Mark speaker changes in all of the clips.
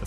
Speaker 1: The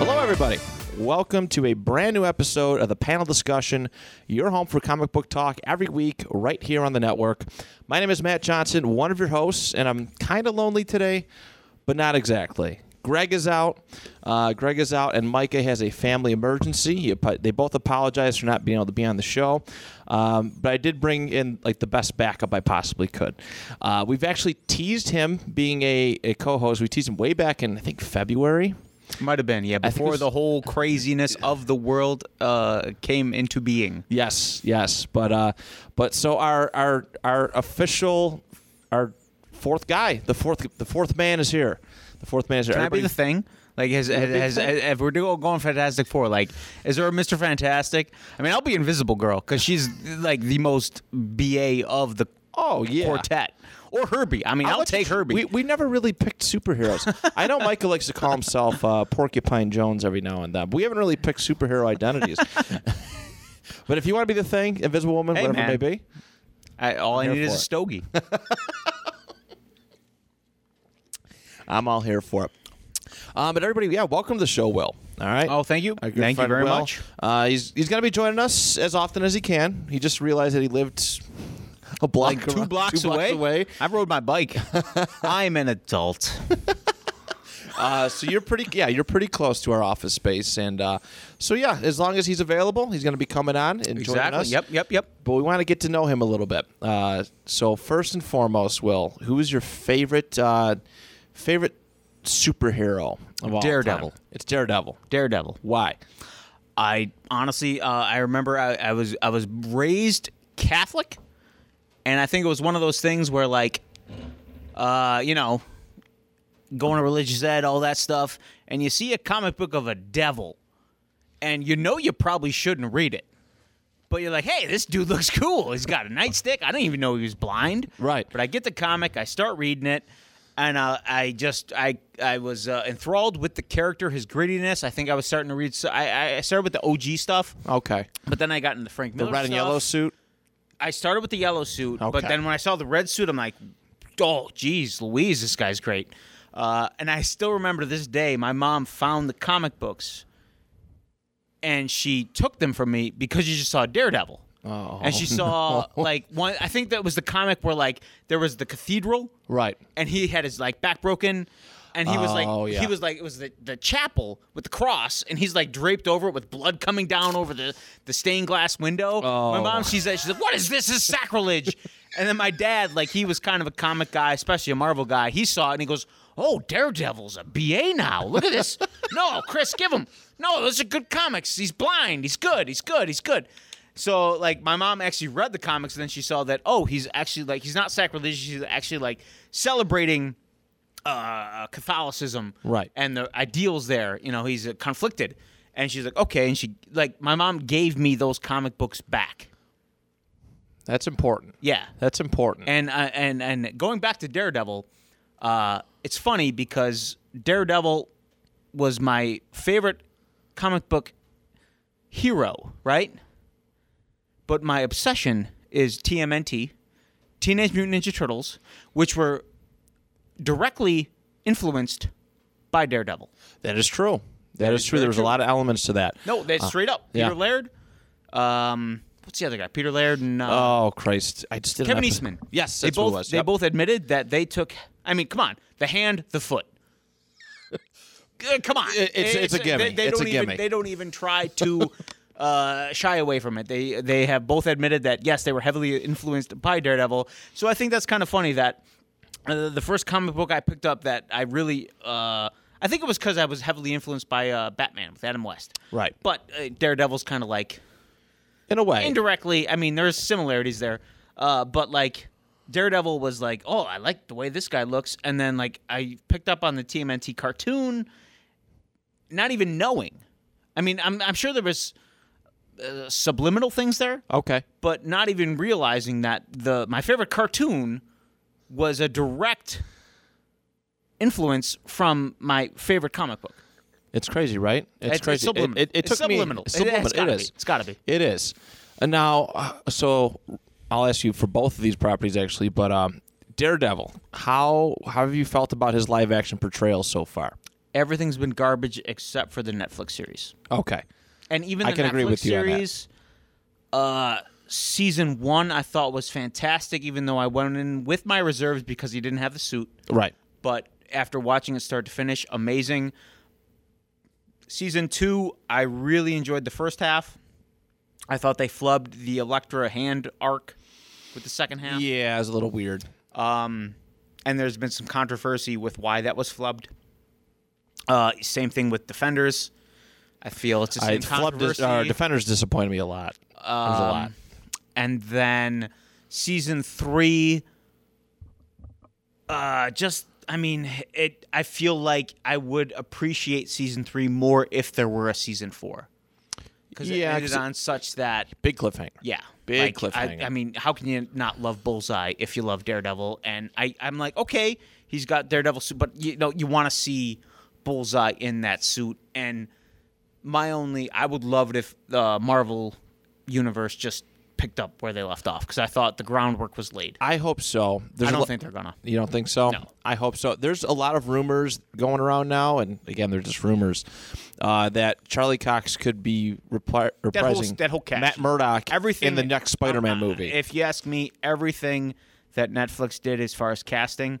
Speaker 2: Hello, everybody. Welcome to a brand new episode of the panel discussion. Your home for comic book talk every week, right here on the network. My name is Matt Johnson, one of your hosts, and I'm kind of lonely today, but not exactly. Greg is out. Uh, Greg is out, and Micah has a family emergency. He apo- they both apologize for not being able to be on the show, um, but I did bring in like the best backup I possibly could. Uh, we've actually teased him being a, a co-host. We teased him way back in I think February.
Speaker 3: Might have been, yeah,
Speaker 2: think it
Speaker 3: before
Speaker 2: was-
Speaker 3: the whole craziness of the world uh, came into being.
Speaker 2: Yes, yes, but uh, but so our our our official our fourth guy, the fourth the fourth man is here. The fourth man is here.
Speaker 3: Can I be the
Speaker 2: Everybody-
Speaker 3: thing? Like, has, has, has, if we're do- going Fantastic Four, like, is there a Mr. Fantastic? I mean, I'll be Invisible Girl because she's like the most BA of the
Speaker 2: Oh, yeah.
Speaker 3: quartet. Or Herbie. I mean,
Speaker 2: I'll
Speaker 3: I'll,
Speaker 2: let you-
Speaker 3: take Herbie.
Speaker 2: We, we never really picked superheroes. I know Michael likes to call himself uh, Porcupine Jones every now and then. But we haven't really picked superhero identities. but if you want to be the thing, Invisible Woman,
Speaker 3: Hey,
Speaker 2: whatever
Speaker 3: man.
Speaker 2: it may be.
Speaker 3: I, all I
Speaker 2: I'm here
Speaker 3: need is
Speaker 2: for
Speaker 3: a
Speaker 2: it.
Speaker 3: stogie.
Speaker 2: I'm all here for it. Um, but everybody, yeah, welcome to the show, Will. All right.
Speaker 3: Oh, thank you.
Speaker 2: Our good
Speaker 3: Thank you
Speaker 2: friend
Speaker 3: very
Speaker 2: Will.
Speaker 3: much.
Speaker 2: Uh, he's he's going to be joining us as often as he can. He just realized that he lived a block,
Speaker 3: Like, two
Speaker 2: around-
Speaker 3: blocks away. I rode my bike. I'm an adult.
Speaker 2: Uh, so you're pretty, yeah, you're pretty close to our office space, and uh, so yeah, as long as he's available, he's going to be coming on and joining
Speaker 3: exactly.
Speaker 2: us.
Speaker 3: Yep, yep, yep.
Speaker 2: But we want to get to know him a little bit. Uh, so first and foremost, Will, who is your favorite uh, favorite superhero of all time?
Speaker 3: Daredevil.
Speaker 2: It's Daredevil.
Speaker 3: Daredevil.
Speaker 2: Why?
Speaker 3: I honestly, uh, I remember I, I was I was raised Catholic, and I think it was one of those things where like, uh, you know, going to religious ed, all that stuff, and you see a comic book of a devil, and you know you probably shouldn't read it. But you're like, hey, this dude looks cool. He's got a nightstick. I didn't even know he was blind.
Speaker 2: Right.
Speaker 3: But I get the comic. I start reading it, and uh, I just I I was uh, enthralled with the character, his grittiness. I think I was starting to read. So I I started with the OG stuff,
Speaker 2: Okay.
Speaker 3: but then I got into the Frank
Speaker 2: The
Speaker 3: Miller.
Speaker 2: red and
Speaker 3: stuff.
Speaker 2: yellow suit.
Speaker 3: I started with the yellow suit, but
Speaker 2: Okay.
Speaker 3: then when I saw the red suit, I'm like, oh, geez, Louise, this guy's great. Uh, and I still remember to this day, my mom found the comic books and she took them from me because she just saw Daredevil.
Speaker 2: Oh,
Speaker 3: and she saw, like, one, I think that was the comic where, like, there was the cathedral
Speaker 2: Right.
Speaker 3: and he had his like back broken and he was like
Speaker 2: Oh, yeah.
Speaker 3: he was like it was the, the chapel with the cross and he's like draped over it with blood coming down over the, the stained glass window my mom sees that she's like what is this this is sacrilege and then my dad like he was kind of a comic guy especially a marvel guy he saw it and he goes oh daredevil's a ba now look at this no chris give him no those are good comics he's blind he's good he's good he's good so like my mom actually read the comics and then she saw that oh he's actually like he's not sacrilegious he's actually like celebrating uh, Catholicism
Speaker 2: Right.
Speaker 3: and the ideals there. You know he's uh, conflicted, and she's like okay, and she like my mom gave me those comic books back.
Speaker 2: That's important.
Speaker 3: Yeah,
Speaker 2: That's important.
Speaker 3: and uh, and and going back to Daredevil, uh, it's funny because Daredevil was my favorite comic book hero, right? But my obsession is TMNT, Teenage Mutant Ninja Turtles, which were directly influenced by Daredevil.
Speaker 2: that is true. that is,
Speaker 3: is
Speaker 2: true.
Speaker 3: very
Speaker 2: There was a
Speaker 3: true.
Speaker 2: lot of elements to that.
Speaker 3: No, that's straight up. Peter
Speaker 2: Uh, yeah.
Speaker 3: Laird. Um, what's the other guy? Peter Laird and uh,
Speaker 2: Oh Christ! I just did
Speaker 3: Kevin
Speaker 2: an epi-
Speaker 3: Eastman.
Speaker 2: Yes,
Speaker 3: they
Speaker 2: that's who
Speaker 3: both
Speaker 2: it was.
Speaker 3: they
Speaker 2: Yep.
Speaker 3: both admitted that they took. I mean, come on, the hand, the foot. Uh, come on,
Speaker 2: It- it's- it's a gimme.
Speaker 3: They, they
Speaker 2: It's
Speaker 3: don't
Speaker 2: a
Speaker 3: even,
Speaker 2: gimme.
Speaker 3: They don't even try to uh, shy away from it. They they have both admitted that yes, they were heavily influenced by Daredevil. So I think that's kind of funny that uh, the first comic book I picked up that I really. Uh, I think it was because I was heavily influenced by uh, Batman with Adam West.
Speaker 2: Right.
Speaker 3: But uh, Daredevil's kind of like
Speaker 2: in a way.
Speaker 3: indirectly i mean there's similarities there uh, but like daredevil was like oh i like the way this guy looks and then like i picked up on the tmnt cartoon not even knowing i mean i'm, I'm sure there was uh, subliminal things there,
Speaker 2: Okay.
Speaker 3: but not even realizing that the my favorite cartoon was a direct influence from my favorite comic book.
Speaker 2: It's crazy, right? It's,
Speaker 3: It's- it's
Speaker 2: crazy. It-
Speaker 3: subliminal.
Speaker 2: It, it
Speaker 3: It's
Speaker 2: took
Speaker 3: subliminal.
Speaker 2: Me, it's
Speaker 3: It- it's
Speaker 2: subliminal. It
Speaker 3: gotta
Speaker 2: is.
Speaker 3: be. It's gotta be.
Speaker 2: It is. And now, uh, so I'll ask you for both of these properties actually, but um, Daredevil. How, how have you felt about his live action portrayal so far?
Speaker 3: Everything's been garbage except for the Netflix series.
Speaker 2: Okay.
Speaker 3: And even
Speaker 2: I
Speaker 3: the
Speaker 2: can
Speaker 3: Netflix
Speaker 2: agree with you on that.
Speaker 3: series, uh, season one, I thought was fantastic. Even though I went in with my reserves because he didn't have the suit,
Speaker 2: Right.
Speaker 3: but after watching it start to finish, amazing. Season two, I really enjoyed the first half. I thought they flubbed the Electra hand arc with the second half.
Speaker 2: Yeah, it's a little weird.
Speaker 3: Um, and there's been some controversy with why that was flubbed. Uh, same thing with Defenders. I feel it's the
Speaker 2: I
Speaker 3: same
Speaker 2: flubbed
Speaker 3: controversy. Um,
Speaker 2: dis- uh, defenders disappointed me a lot. it was a lot.
Speaker 3: and then season three uh just i mean it i feel like i would appreciate season three more if there were a season four because
Speaker 2: Yeah,
Speaker 3: it ended
Speaker 2: 'cause it-
Speaker 3: on such that
Speaker 2: Big cliffhanger.
Speaker 3: yeah
Speaker 2: Big
Speaker 3: like, I,
Speaker 2: cliffhanger.
Speaker 3: I mean how can you not love bullseye if you love daredevil and i i'm like okay he's got daredevil suit but you know you want to see bullseye in that suit and my only I would love it if the Marvel universe just picked up where they left off because I thought the groundwork was laid.
Speaker 2: I hope so. There's
Speaker 3: I
Speaker 2: a
Speaker 3: don't
Speaker 2: lo-
Speaker 3: think they're gonna.
Speaker 2: You don't think so?
Speaker 3: No.
Speaker 2: I hope so. There's a lot of rumors going around now, and again, they're just rumors uh, that Charlie Cox could be repli- reprising
Speaker 3: That whole, that whole cast,
Speaker 2: Matt Murdock
Speaker 3: everything Uh,
Speaker 2: in the next Spider-Man movie.
Speaker 3: If you ask me, everything that Netflix did as far as casting,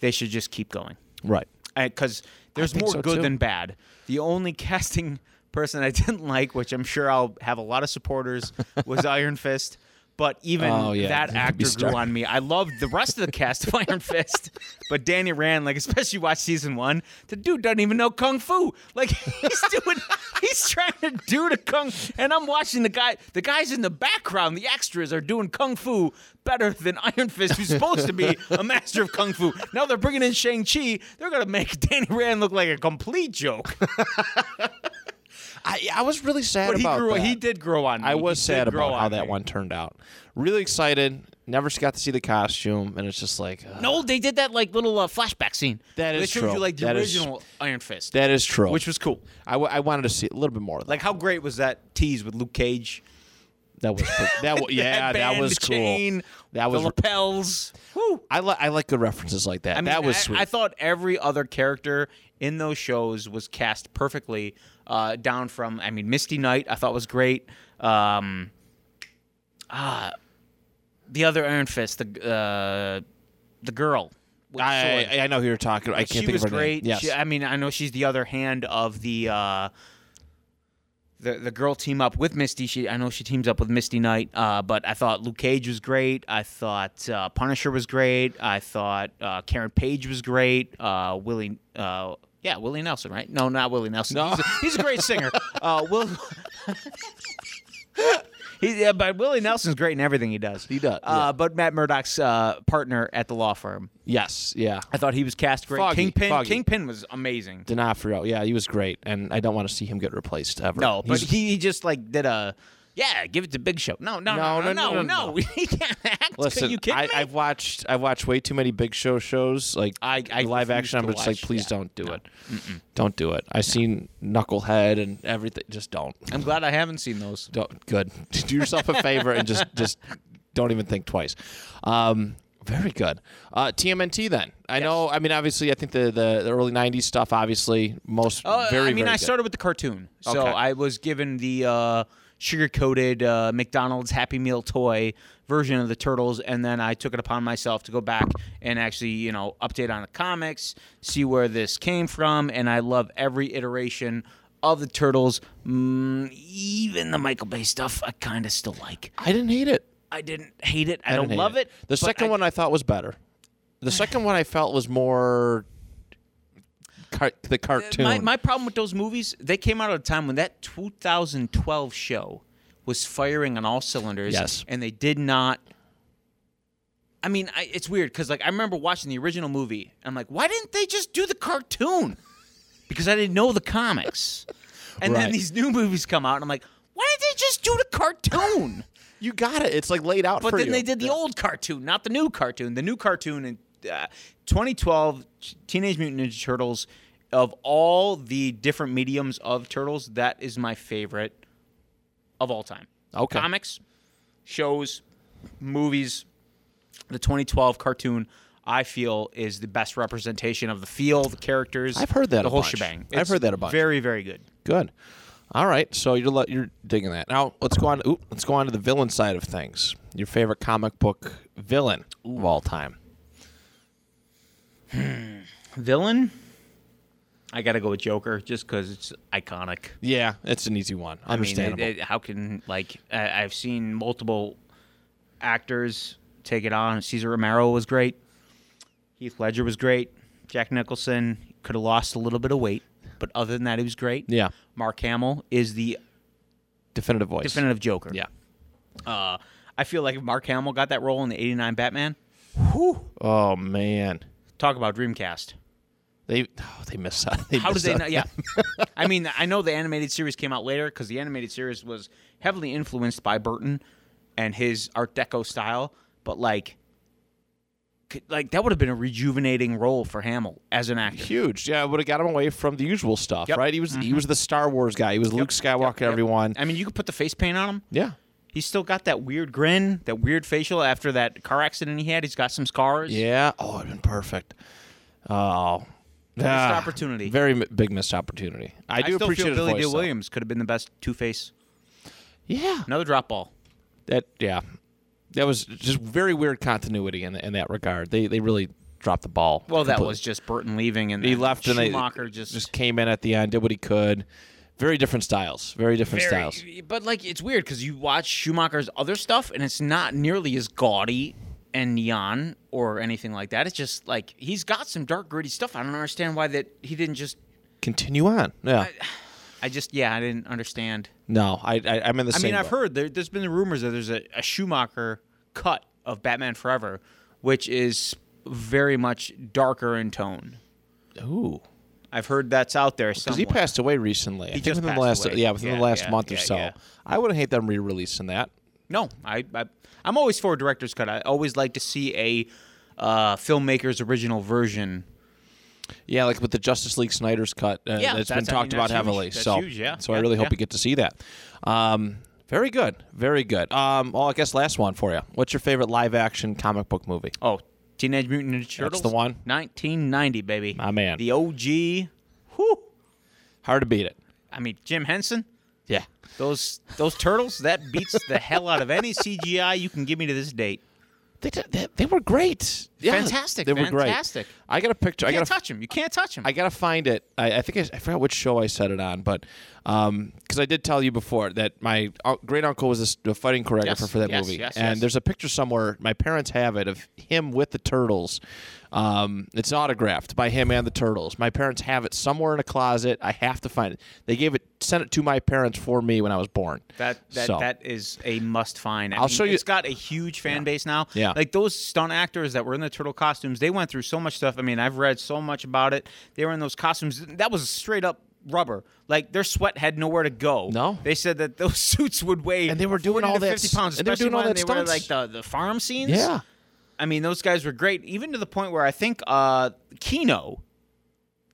Speaker 3: they should just keep going
Speaker 2: right.
Speaker 3: because there's
Speaker 2: think
Speaker 3: more
Speaker 2: so,
Speaker 3: good
Speaker 2: too.
Speaker 3: than bad. The only casting person I didn't like, which I'm sure I'll have a lot of supporters, was Iron Fist. But even
Speaker 2: Oh, yeah,
Speaker 3: that
Speaker 2: you could be
Speaker 3: actor grew
Speaker 2: stuck.
Speaker 3: on me. I loved the rest of the cast of Iron Fist, but Danny Rand, like especially watch season one, the dude doesn't even know kung fu. Like he's doing, he's trying to do the kung, and I'm watching the guy. The guys in the background, the extras, are doing kung fu better than Iron Fist, who's supposed to be a master of kung fu. Now they're bringing in Shang Chi. They're gonna make Danny Rand look like a complete joke.
Speaker 2: I, I was really sad
Speaker 3: But he
Speaker 2: about
Speaker 3: grew.
Speaker 2: that.
Speaker 3: He did grow on. Me.
Speaker 2: I was
Speaker 3: He
Speaker 2: sad
Speaker 3: did grow
Speaker 2: about how
Speaker 3: on
Speaker 2: that
Speaker 3: me.
Speaker 2: one turned out. Really excited. Never got to see the costume, and it's just like uh,
Speaker 3: No, they did that like little uh, flashback scene.
Speaker 2: That
Speaker 3: they
Speaker 2: is
Speaker 3: showed
Speaker 2: true.
Speaker 3: you like the
Speaker 2: That is-
Speaker 3: original Iron Fist,
Speaker 2: That is true.
Speaker 3: which was cool.
Speaker 2: I, w- I wanted to see a little bit more. Of that.
Speaker 3: Like, how great was that tease with Luke Cage?
Speaker 2: that was pre- that. W- yeah, that
Speaker 3: Headband,
Speaker 2: was
Speaker 3: the
Speaker 2: cool.
Speaker 3: chain,
Speaker 2: that was
Speaker 3: the lapels. Woo!
Speaker 2: I like I like good references like that.
Speaker 3: I mean,
Speaker 2: that was
Speaker 3: I,
Speaker 2: sweet.
Speaker 3: I thought every other character in those shows was cast perfectly. Uh, down from, I mean, Misty Knight, I thought was great. Um, ah, the other Iron Fist, the uh, the girl. with
Speaker 2: I,
Speaker 3: sword.
Speaker 2: I, I know who you're talking. I can't
Speaker 3: she
Speaker 2: think
Speaker 3: was
Speaker 2: of her
Speaker 3: great.
Speaker 2: name. Yes.
Speaker 3: She- I mean, I know she's the other hand of the uh, the the girl team up with Misty. She, I know she teams up with Misty Knight. Uh, but I thought Luke Cage was great. I thought uh, Punisher was great. I thought uh, Karen Page was great. Uh, Willie, uh, yeah, Willie Nelson, right? No, not Willie Nelson.
Speaker 2: No.
Speaker 3: he's, a, he's a great singer. Uh, Will. He, yeah, but Willie Nelson's great in everything he does. He
Speaker 2: does, yeah.
Speaker 3: Uh, but Matt Murdock's uh, partner at the law firm,
Speaker 2: yes. Yeah.
Speaker 3: I thought he was cast great.
Speaker 2: Foggy,
Speaker 3: Kingpin,
Speaker 2: Foggy.
Speaker 3: Kingpin was amazing.
Speaker 2: D'Onofrio. Yeah, he was great, and I don't want to see him get replaced ever.
Speaker 3: No, but
Speaker 2: He's-
Speaker 3: he, he just like did a yeah, give it to Big Show. No, no, no, no, no, no.
Speaker 2: no.
Speaker 3: he can't act.
Speaker 2: listen.
Speaker 3: Are you kidding
Speaker 2: I,
Speaker 3: me?
Speaker 2: I've watched I've watched way too many Big Show shows. Like
Speaker 3: I- I
Speaker 2: live
Speaker 3: refuse
Speaker 2: action. I'm
Speaker 3: to
Speaker 2: just like,
Speaker 3: watch-
Speaker 2: please
Speaker 3: yeah,
Speaker 2: don't do it. Don't do it. I've seen Knucklehead and everything. Just don't.
Speaker 3: I'm glad I haven't seen those.
Speaker 2: Don't. Good. do yourself a favor and just just don't even think twice. Um, very good. Uh, TMNT. Then I know. I mean, obviously, I think the the, the early '90s stuff. Obviously, most
Speaker 3: Uh,
Speaker 2: very.
Speaker 3: I mean,
Speaker 2: very
Speaker 3: I
Speaker 2: good.
Speaker 3: started with the cartoon, so
Speaker 2: Okay.
Speaker 3: I was given the uh, sugar-coated uh, McDonald's Happy Meal toy version of the turtles, and then I took it upon myself to go back and actually, you know, update on the comics, see where this came from, and I love every iteration of the turtles. Mm, even the Michael Bay stuff, I kind of still like.
Speaker 2: I didn't hate it.
Speaker 3: I didn't hate it. I,
Speaker 2: I
Speaker 3: don't
Speaker 2: didn't hate
Speaker 3: love it.
Speaker 2: The
Speaker 3: but
Speaker 2: second
Speaker 3: I-
Speaker 2: one I thought was better. The second one I felt was more car- the cartoon.
Speaker 3: Uh, My, my problem with those movies, they came out at a time when that 2012 show was firing on all cylinders.
Speaker 2: Yes.
Speaker 3: And they did not. I mean, I, it's weird because like I remember watching the original movie. And I'm like, why didn't they just do the cartoon? Because I didn't know the comics. And
Speaker 2: Right.
Speaker 3: then these new movies come out, and I'm like, Why did they just do the cartoon?
Speaker 2: You got it. It's like laid out
Speaker 3: But
Speaker 2: for
Speaker 3: then
Speaker 2: you.
Speaker 3: they did the old cartoon, not the new cartoon. The new cartoon in uh, 2012, Teenage Mutant Ninja Turtles. Of all the different mediums of turtles, that is my favorite of all time.
Speaker 2: Okay.
Speaker 3: Comics, shows, movies. The 2012 cartoon, I feel, is the best representation of the feel, the characters.
Speaker 2: I've heard that
Speaker 3: the
Speaker 2: a
Speaker 3: whole
Speaker 2: bunch.
Speaker 3: shebang.
Speaker 2: I've
Speaker 3: It's
Speaker 2: heard that a bunch.
Speaker 3: Very, very good.
Speaker 2: Good. All right. So you're le- you're digging that. Now let's go on. Oop, let's go on to the villain side of things. Your favorite comic book villain of all time.
Speaker 3: Villain, I gotta go with Joker just because it's iconic.
Speaker 2: Yeah, it's an easy one.
Speaker 3: I mean, it-
Speaker 2: Understandable.
Speaker 3: it- how can like I, I've seen multiple actors take it on. Cesar Romero was great. Heath Ledger was great. Jack Nicholson could have lost a little bit of weight, but other than that, he was great.
Speaker 2: yeah,
Speaker 3: Mark Hamill is the
Speaker 2: definitive voice.
Speaker 3: definitive Joker.
Speaker 2: Yeah.
Speaker 3: Uh, I feel like if Mark Hamill got that role in the '89 Batman,
Speaker 2: Oh man,
Speaker 3: talk about Dreamcast.
Speaker 2: they oh, they missed out. They
Speaker 3: How did
Speaker 2: missed
Speaker 3: they
Speaker 2: out.
Speaker 3: not? Yeah. I mean, I know the animated series came out later because the animated series was heavily influenced by Burton and his Art Deco style, but like, c- like that would have been a rejuvenating role for Hamill as an actor.
Speaker 2: Huge, yeah. Would have got him away from the usual stuff,
Speaker 3: Yep. Mm-hmm.
Speaker 2: right? He was he was the Star Wars guy. He was Luke Skywalker. Everyone,
Speaker 3: I mean, you could put the face paint on him.
Speaker 2: yeah,
Speaker 3: He's still got that weird grin, that weird facial after that car accident he had. He's got some scars.
Speaker 2: yeah. Oh, it'd been perfect. Oh, missed
Speaker 3: opportunity.
Speaker 2: Very m- big missed opportunity. I
Speaker 3: I
Speaker 2: do
Speaker 3: still
Speaker 2: appreciate
Speaker 3: feel
Speaker 2: his
Speaker 3: Billy
Speaker 2: voice,
Speaker 3: D.
Speaker 2: though.
Speaker 3: Williams could have been the best Two Face.
Speaker 2: Yeah,
Speaker 3: Another drop ball.
Speaker 2: that yeah that was just very weird continuity in, in that regard they they really dropped the ball
Speaker 3: Well, that
Speaker 2: completely.
Speaker 3: was just Burton leaving, and
Speaker 2: he
Speaker 3: then
Speaker 2: left and they
Speaker 3: Schumacher just
Speaker 2: just came in at the end did what he could very different styles very different
Speaker 3: very-
Speaker 2: styles
Speaker 3: But like, it's weird because you watch Schumacher's other stuff, and it's not nearly as gaudy and neon or anything like that. It's just like he's got some dark, gritty stuff. I don't understand why that he didn't just.
Speaker 2: continue on yeah
Speaker 3: I just yeah, I didn't understand.
Speaker 2: no I, I i'm in the
Speaker 3: I
Speaker 2: same
Speaker 3: mean, I've
Speaker 2: boat.
Speaker 3: heard there, there's been rumors that there's a, a Schumacher cut of Batman Forever, which is very much darker in tone.
Speaker 2: ooh
Speaker 3: I've heard that's out there.
Speaker 2: because he
Speaker 3: somewhere.
Speaker 2: passed away recently. I think
Speaker 3: just
Speaker 2: within the
Speaker 3: passed
Speaker 2: last
Speaker 3: away.
Speaker 2: yeah within
Speaker 3: Yeah,
Speaker 2: the last
Speaker 3: yeah,
Speaker 2: month or
Speaker 3: yeah,
Speaker 2: so.
Speaker 3: yeah.
Speaker 2: I wouldn't hate them re-releasing that.
Speaker 3: No, I, I I'm always for a director's cut. I always like to see a uh, filmmaker's original version.
Speaker 2: Yeah, like with the Justice League Snyder's cut, uh, that's been
Speaker 3: Yeah, that's- I mean,
Speaker 2: talked about
Speaker 3: that's huge.
Speaker 2: heavily.
Speaker 3: That's
Speaker 2: so,
Speaker 3: huge, yeah.
Speaker 2: so I
Speaker 3: Yeah,
Speaker 2: really hope
Speaker 3: yeah.
Speaker 2: you get to see that. Um, very good, very good. Um, well, I guess last one for you. What's your favorite live action comic book movie?
Speaker 3: Oh, Teenage Mutant Ninja Turtles.
Speaker 2: the one.
Speaker 3: 1990, baby.
Speaker 2: My man.
Speaker 3: The OG. Whew.
Speaker 2: Hard to beat it.
Speaker 3: I mean, Jim Henson.
Speaker 2: Yeah,
Speaker 3: Those those turtles that beats the hell out of any CGI you can give me to this date.
Speaker 2: they did- they, they were great. Yeah,
Speaker 3: Fantastic,
Speaker 2: they were great.
Speaker 3: fantastic.
Speaker 2: I got a picture. I
Speaker 3: You
Speaker 2: got a
Speaker 3: can't touch him. You can't touch him.
Speaker 2: I gotta find it. I, I think I, I forgot which show I said it on, but because I did tell you before that my great uncle was a s- a, fighting choreographer
Speaker 3: Yes,
Speaker 2: for that
Speaker 3: yes,
Speaker 2: movie,
Speaker 3: yes,
Speaker 2: and
Speaker 3: yes.
Speaker 2: there's a picture somewhere. My parents have it of him with the turtles. Um, it's autographed by him and the turtles. My parents have it somewhere in a closet. I have to find it. They gave it, sent it to my parents for me when I was born.
Speaker 3: That that,
Speaker 2: So,
Speaker 3: that is a must find. I
Speaker 2: I'll show you-
Speaker 3: It's got a huge fan base now.
Speaker 2: Yeah.
Speaker 3: like those stunt actors that were in the turtle costumes, they went through so much stuff. I mean, I've read so much about it. They were in those costumes. That was straight up rubber. Like their sweat had nowhere to go.
Speaker 2: No.
Speaker 3: they said that those suits would weigh
Speaker 2: And they were doing
Speaker 3: 40 to
Speaker 2: all that
Speaker 3: fifty
Speaker 2: s-
Speaker 3: pounds,
Speaker 2: and they were
Speaker 3: especially
Speaker 2: doing all
Speaker 3: when
Speaker 2: that
Speaker 3: they were like
Speaker 2: stunts.
Speaker 3: the the farm scenes.
Speaker 2: Yeah.
Speaker 3: I mean, those guys were great, even to the point where I think uh, Kino,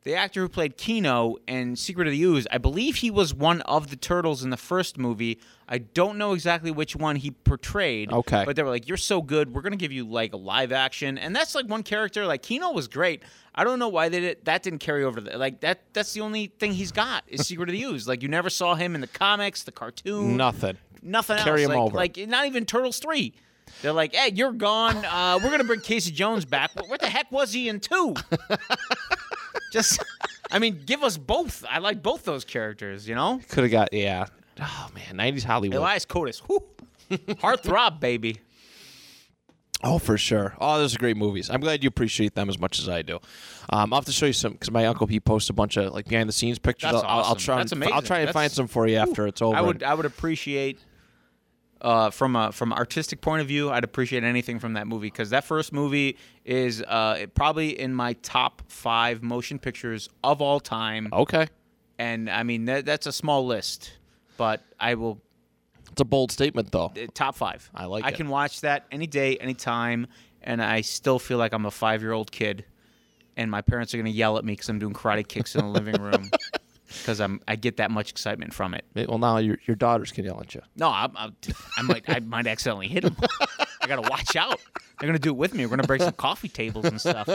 Speaker 3: the actor who played Kino in Secret of the Ooze, I believe he was one of the turtles in the first movie. I don't know exactly which one he portrayed.
Speaker 2: Okay.
Speaker 3: But they were like, you're so good. We're going to give you like a live action. And that's like one character. Like, Kino was great. I don't know why they did, that didn't carry over. To the, like, that that's the only thing he's got is Secret of the Ooze. Like, you never saw him in the comics, the cartoon
Speaker 2: nothing.
Speaker 3: nothing
Speaker 2: Carry
Speaker 3: else.
Speaker 2: him
Speaker 3: like,
Speaker 2: over.
Speaker 3: like not even Turtles three. They're like, hey, you're gone. Uh, we're gonna bring Casey Jones back. What, what the heck was he in two? Just, I mean, give us both. I like both those characters. You know,
Speaker 2: Could have got yeah. Oh man, '90s Hollywood.
Speaker 3: Elias Cotis, whoo, heartthrob baby.
Speaker 2: Oh, for sure. Oh, those are great movies. I'm glad you appreciate them as much as I do. Um, I'll have to show you some because my uncle he posts a bunch of like behind the scenes pictures.
Speaker 3: That's
Speaker 2: I'll, I'll- I'll
Speaker 3: awesome.
Speaker 2: try.
Speaker 3: That's
Speaker 2: and,
Speaker 3: amazing.
Speaker 2: I'll try and
Speaker 3: That's-
Speaker 2: find some for you after it's over.
Speaker 3: I would, I would appreciate. Uh, from a from an artistic point of view, I'd appreciate anything from that movie because that first movie is uh, it probably in my top five motion pictures of all time.
Speaker 2: okay.
Speaker 3: and I mean that, that's a small list, but I will
Speaker 2: It's a bold statement, though.
Speaker 3: Uh, Top five.
Speaker 2: I like
Speaker 3: I
Speaker 2: it.
Speaker 3: can watch that any day, any time, and I still feel like I'm a five year old kid, and my parents are gonna yell at me because I'm doing karate kicks in the living room because I'm I get that much excitement from it.
Speaker 2: May- Well, now your, your daughters can yell at you.
Speaker 3: No, I, I, I might I might accidentally hit them. I gotta watch out. They're gonna do it with me. We're gonna break some coffee tables and stuff.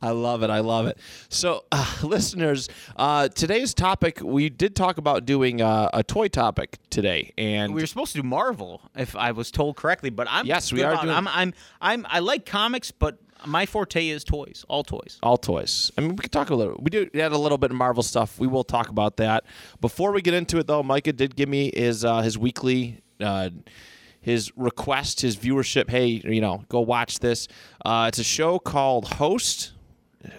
Speaker 2: I love it. I love it. So, uh, listeners, uh, today's topic we did talk about doing uh, a toy topic today, and
Speaker 3: We were supposed to do Marvel, if I was told correctly, but I'm
Speaker 2: Yes, we
Speaker 3: good
Speaker 2: are
Speaker 3: about it.
Speaker 2: doing-
Speaker 3: I'm, I'm I'm I like comics, but my forte is toys, all toys.
Speaker 2: all toys. I mean, we could talk a little. We do add a little bit of Marvel stuff. We will talk about that. Before we get into it, though, Micah did give me his uh, his weekly. Uh, his request, his viewership, hey, you know, go watch this. Uh, it's a show called Host.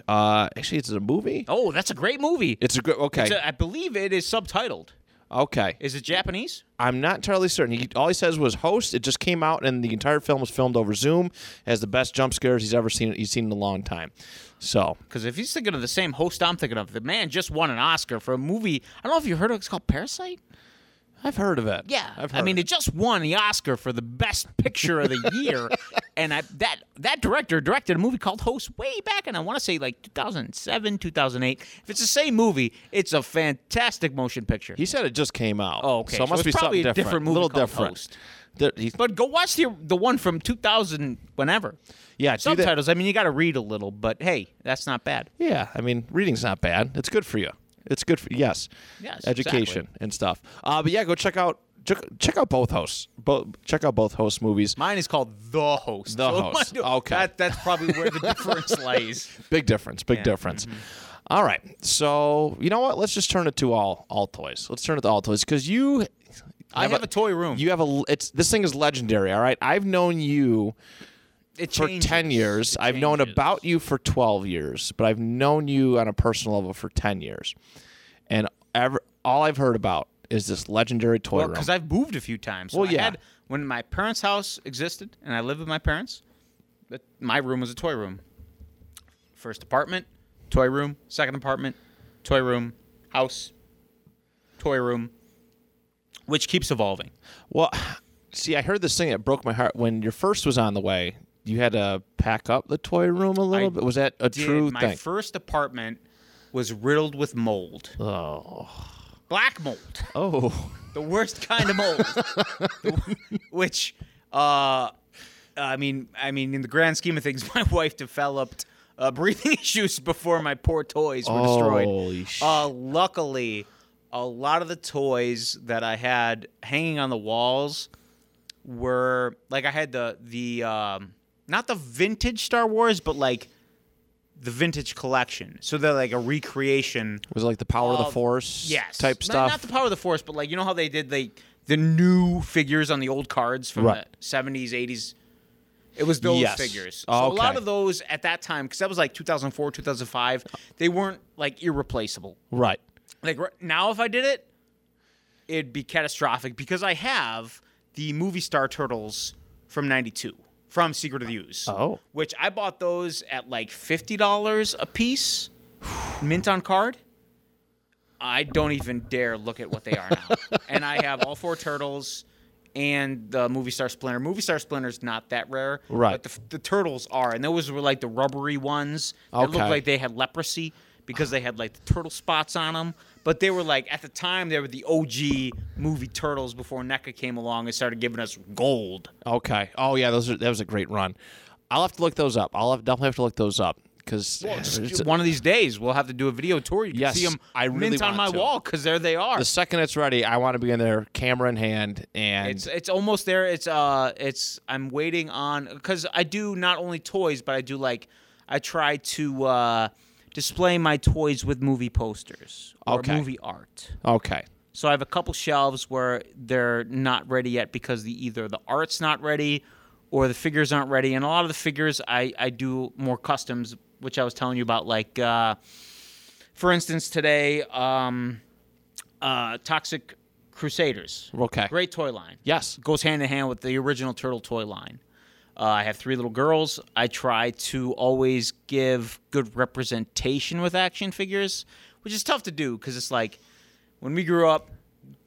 Speaker 2: Uh, actually, it's a movie.
Speaker 3: Oh, that's a great movie.
Speaker 2: It's a good. Okay,
Speaker 3: It's a- I believe it is subtitled.
Speaker 2: okay.
Speaker 3: Is it Japanese?
Speaker 2: I'm not entirely certain. He, all he says was host. It just came out, and the entire film was filmed over Zoom. Has the best jump scares he's ever seen. He's seen in a long time. So
Speaker 3: Because if he's thinking of the same host I'm thinking of, the man just won an Oscar for a movie. I don't know if you heard of it. It's called Parasite.
Speaker 2: I've heard of it.
Speaker 3: Yeah,
Speaker 2: I've
Speaker 3: I mean, it just won the Oscar for the best picture of the year, and I, that that director directed a movie called Host way back, and I want to say like 2007, 2008. If it's the same movie, it's a fantastic motion picture.
Speaker 2: He said it just came out.
Speaker 3: Oh, okay.
Speaker 2: So it
Speaker 3: So
Speaker 2: must
Speaker 3: it's
Speaker 2: be
Speaker 3: probably
Speaker 2: something
Speaker 3: a
Speaker 2: different.
Speaker 3: different movie
Speaker 2: little
Speaker 3: called
Speaker 2: different.
Speaker 3: Host.
Speaker 2: There- he's-
Speaker 3: but go watch the the one from 2000, whenever.
Speaker 2: yeah, do that.
Speaker 3: Subtitles. I mean, you got to read a little, but hey, that's not bad.
Speaker 2: Yeah, I mean, reading's not bad. It's good for you. It's good for yes,
Speaker 3: Yes,
Speaker 2: education and stuff. Uh, but yeah, go check out check, check out both hosts. Both check out both host movies.
Speaker 3: Mine is called The Host.
Speaker 2: The
Speaker 3: it
Speaker 2: Host.
Speaker 3: must do-
Speaker 2: Okay.
Speaker 3: That, that's probably where the difference lies.
Speaker 2: Big difference. Big difference.
Speaker 3: Mm-hmm.
Speaker 2: All right. So you know what? Let's just turn it to all all toys. Let's turn it to all toys because you.
Speaker 3: I have a toy room.
Speaker 2: You have a. It's this thing is legendary. All right. I've known you
Speaker 3: It
Speaker 2: for
Speaker 3: changes.
Speaker 2: ten years.
Speaker 3: It
Speaker 2: I've known
Speaker 3: changes.
Speaker 2: about you for twelve years, but I've known you on a personal level for ten years, and ever all I've heard about is this legendary toy
Speaker 3: Well,
Speaker 2: room.
Speaker 3: because I've moved a few times. So
Speaker 2: Well,
Speaker 3: I
Speaker 2: yeah.
Speaker 3: had- when my parents' house existed, and I lived with my parents, that my room was a toy room. First apartment, toy room. Second apartment, toy room. House, toy room. Which keeps evolving.
Speaker 2: Well, see, I heard this thing that broke my heart when your first was on the way. You had to pack up the toy room a little bit. Was that a
Speaker 3: Did-
Speaker 2: true
Speaker 3: my
Speaker 2: thing?
Speaker 3: first apartment was riddled with mold. Oh. Black mold.
Speaker 2: oh,
Speaker 3: the worst kind of mold. The- which, uh, I mean, I mean, in the grand scheme of things, my wife developed uh, breathing issues before my poor toys were
Speaker 2: Holy
Speaker 3: destroyed.
Speaker 2: sh-
Speaker 3: Uh, luckily, a lot of the toys that I had hanging on the walls were like I had the the um, not the vintage Star Wars, but like the vintage collection. So they're like a recreation
Speaker 2: was it like the power of the
Speaker 3: of-
Speaker 2: force?
Speaker 3: yes.
Speaker 2: type
Speaker 3: Not-
Speaker 2: stuff.
Speaker 3: Not, the power of the force, but like you know how they did like the new figures on the old cards from
Speaker 2: Right.
Speaker 3: the seventies, eighties. It was those
Speaker 2: Yes. Oh,
Speaker 3: figures. So a
Speaker 2: Okay.
Speaker 3: lot of those at that time, because that was like 2004, 2005, they weren't like irreplaceable.
Speaker 2: right.
Speaker 3: Like right now, if I did it, it'd be catastrophic because I have the movie Star Turtles from '92 from Secret of the Ooze.
Speaker 2: Oh.
Speaker 3: which I bought those at like fifty dollars a piece, mint on card. I don't even dare look at what they are now, and I have all four turtles. And the movie star splinter. Movie star splinter's not that rare,
Speaker 2: Right.
Speaker 3: But the, the turtles are, and those were like the rubbery ones that
Speaker 2: Okay.
Speaker 3: looked like they had leprosy because they had like the turtle spots on them. But they were like at the time they were the OG movie turtles before NECA came along and started giving us gold.
Speaker 2: Okay. Oh yeah, those are, that was a great run. I'll have to look those up. I'll have, definitely have to look those up because
Speaker 3: One of these days we'll have to do a video tour. You can
Speaker 2: Yes,
Speaker 3: see them
Speaker 2: I really
Speaker 3: mint on
Speaker 2: want
Speaker 3: my
Speaker 2: to.
Speaker 3: wall because there they are.
Speaker 2: the second it's ready, I want to be in there, camera in hand, and
Speaker 3: It's it's almost there. It's uh it's I'm waiting on because I do not only toys but I do like I try to uh, display my toys with movie posters or
Speaker 2: Okay.
Speaker 3: movie art.
Speaker 2: okay.
Speaker 3: So I have a couple shelves where they're not ready yet because the either the art's not ready or the figures aren't ready. And a lot of the figures I, I do more customs, which I was telling you about. Like uh, for instance, today, um, uh, Toxic Crusaders.
Speaker 2: Okay.
Speaker 3: Great toy line.
Speaker 2: Yes.
Speaker 3: Goes hand in hand with the original Turtle toy line. Uh, I have three little girls. I try to always give good representation with action figures, which is tough to do because it's like when we grew up,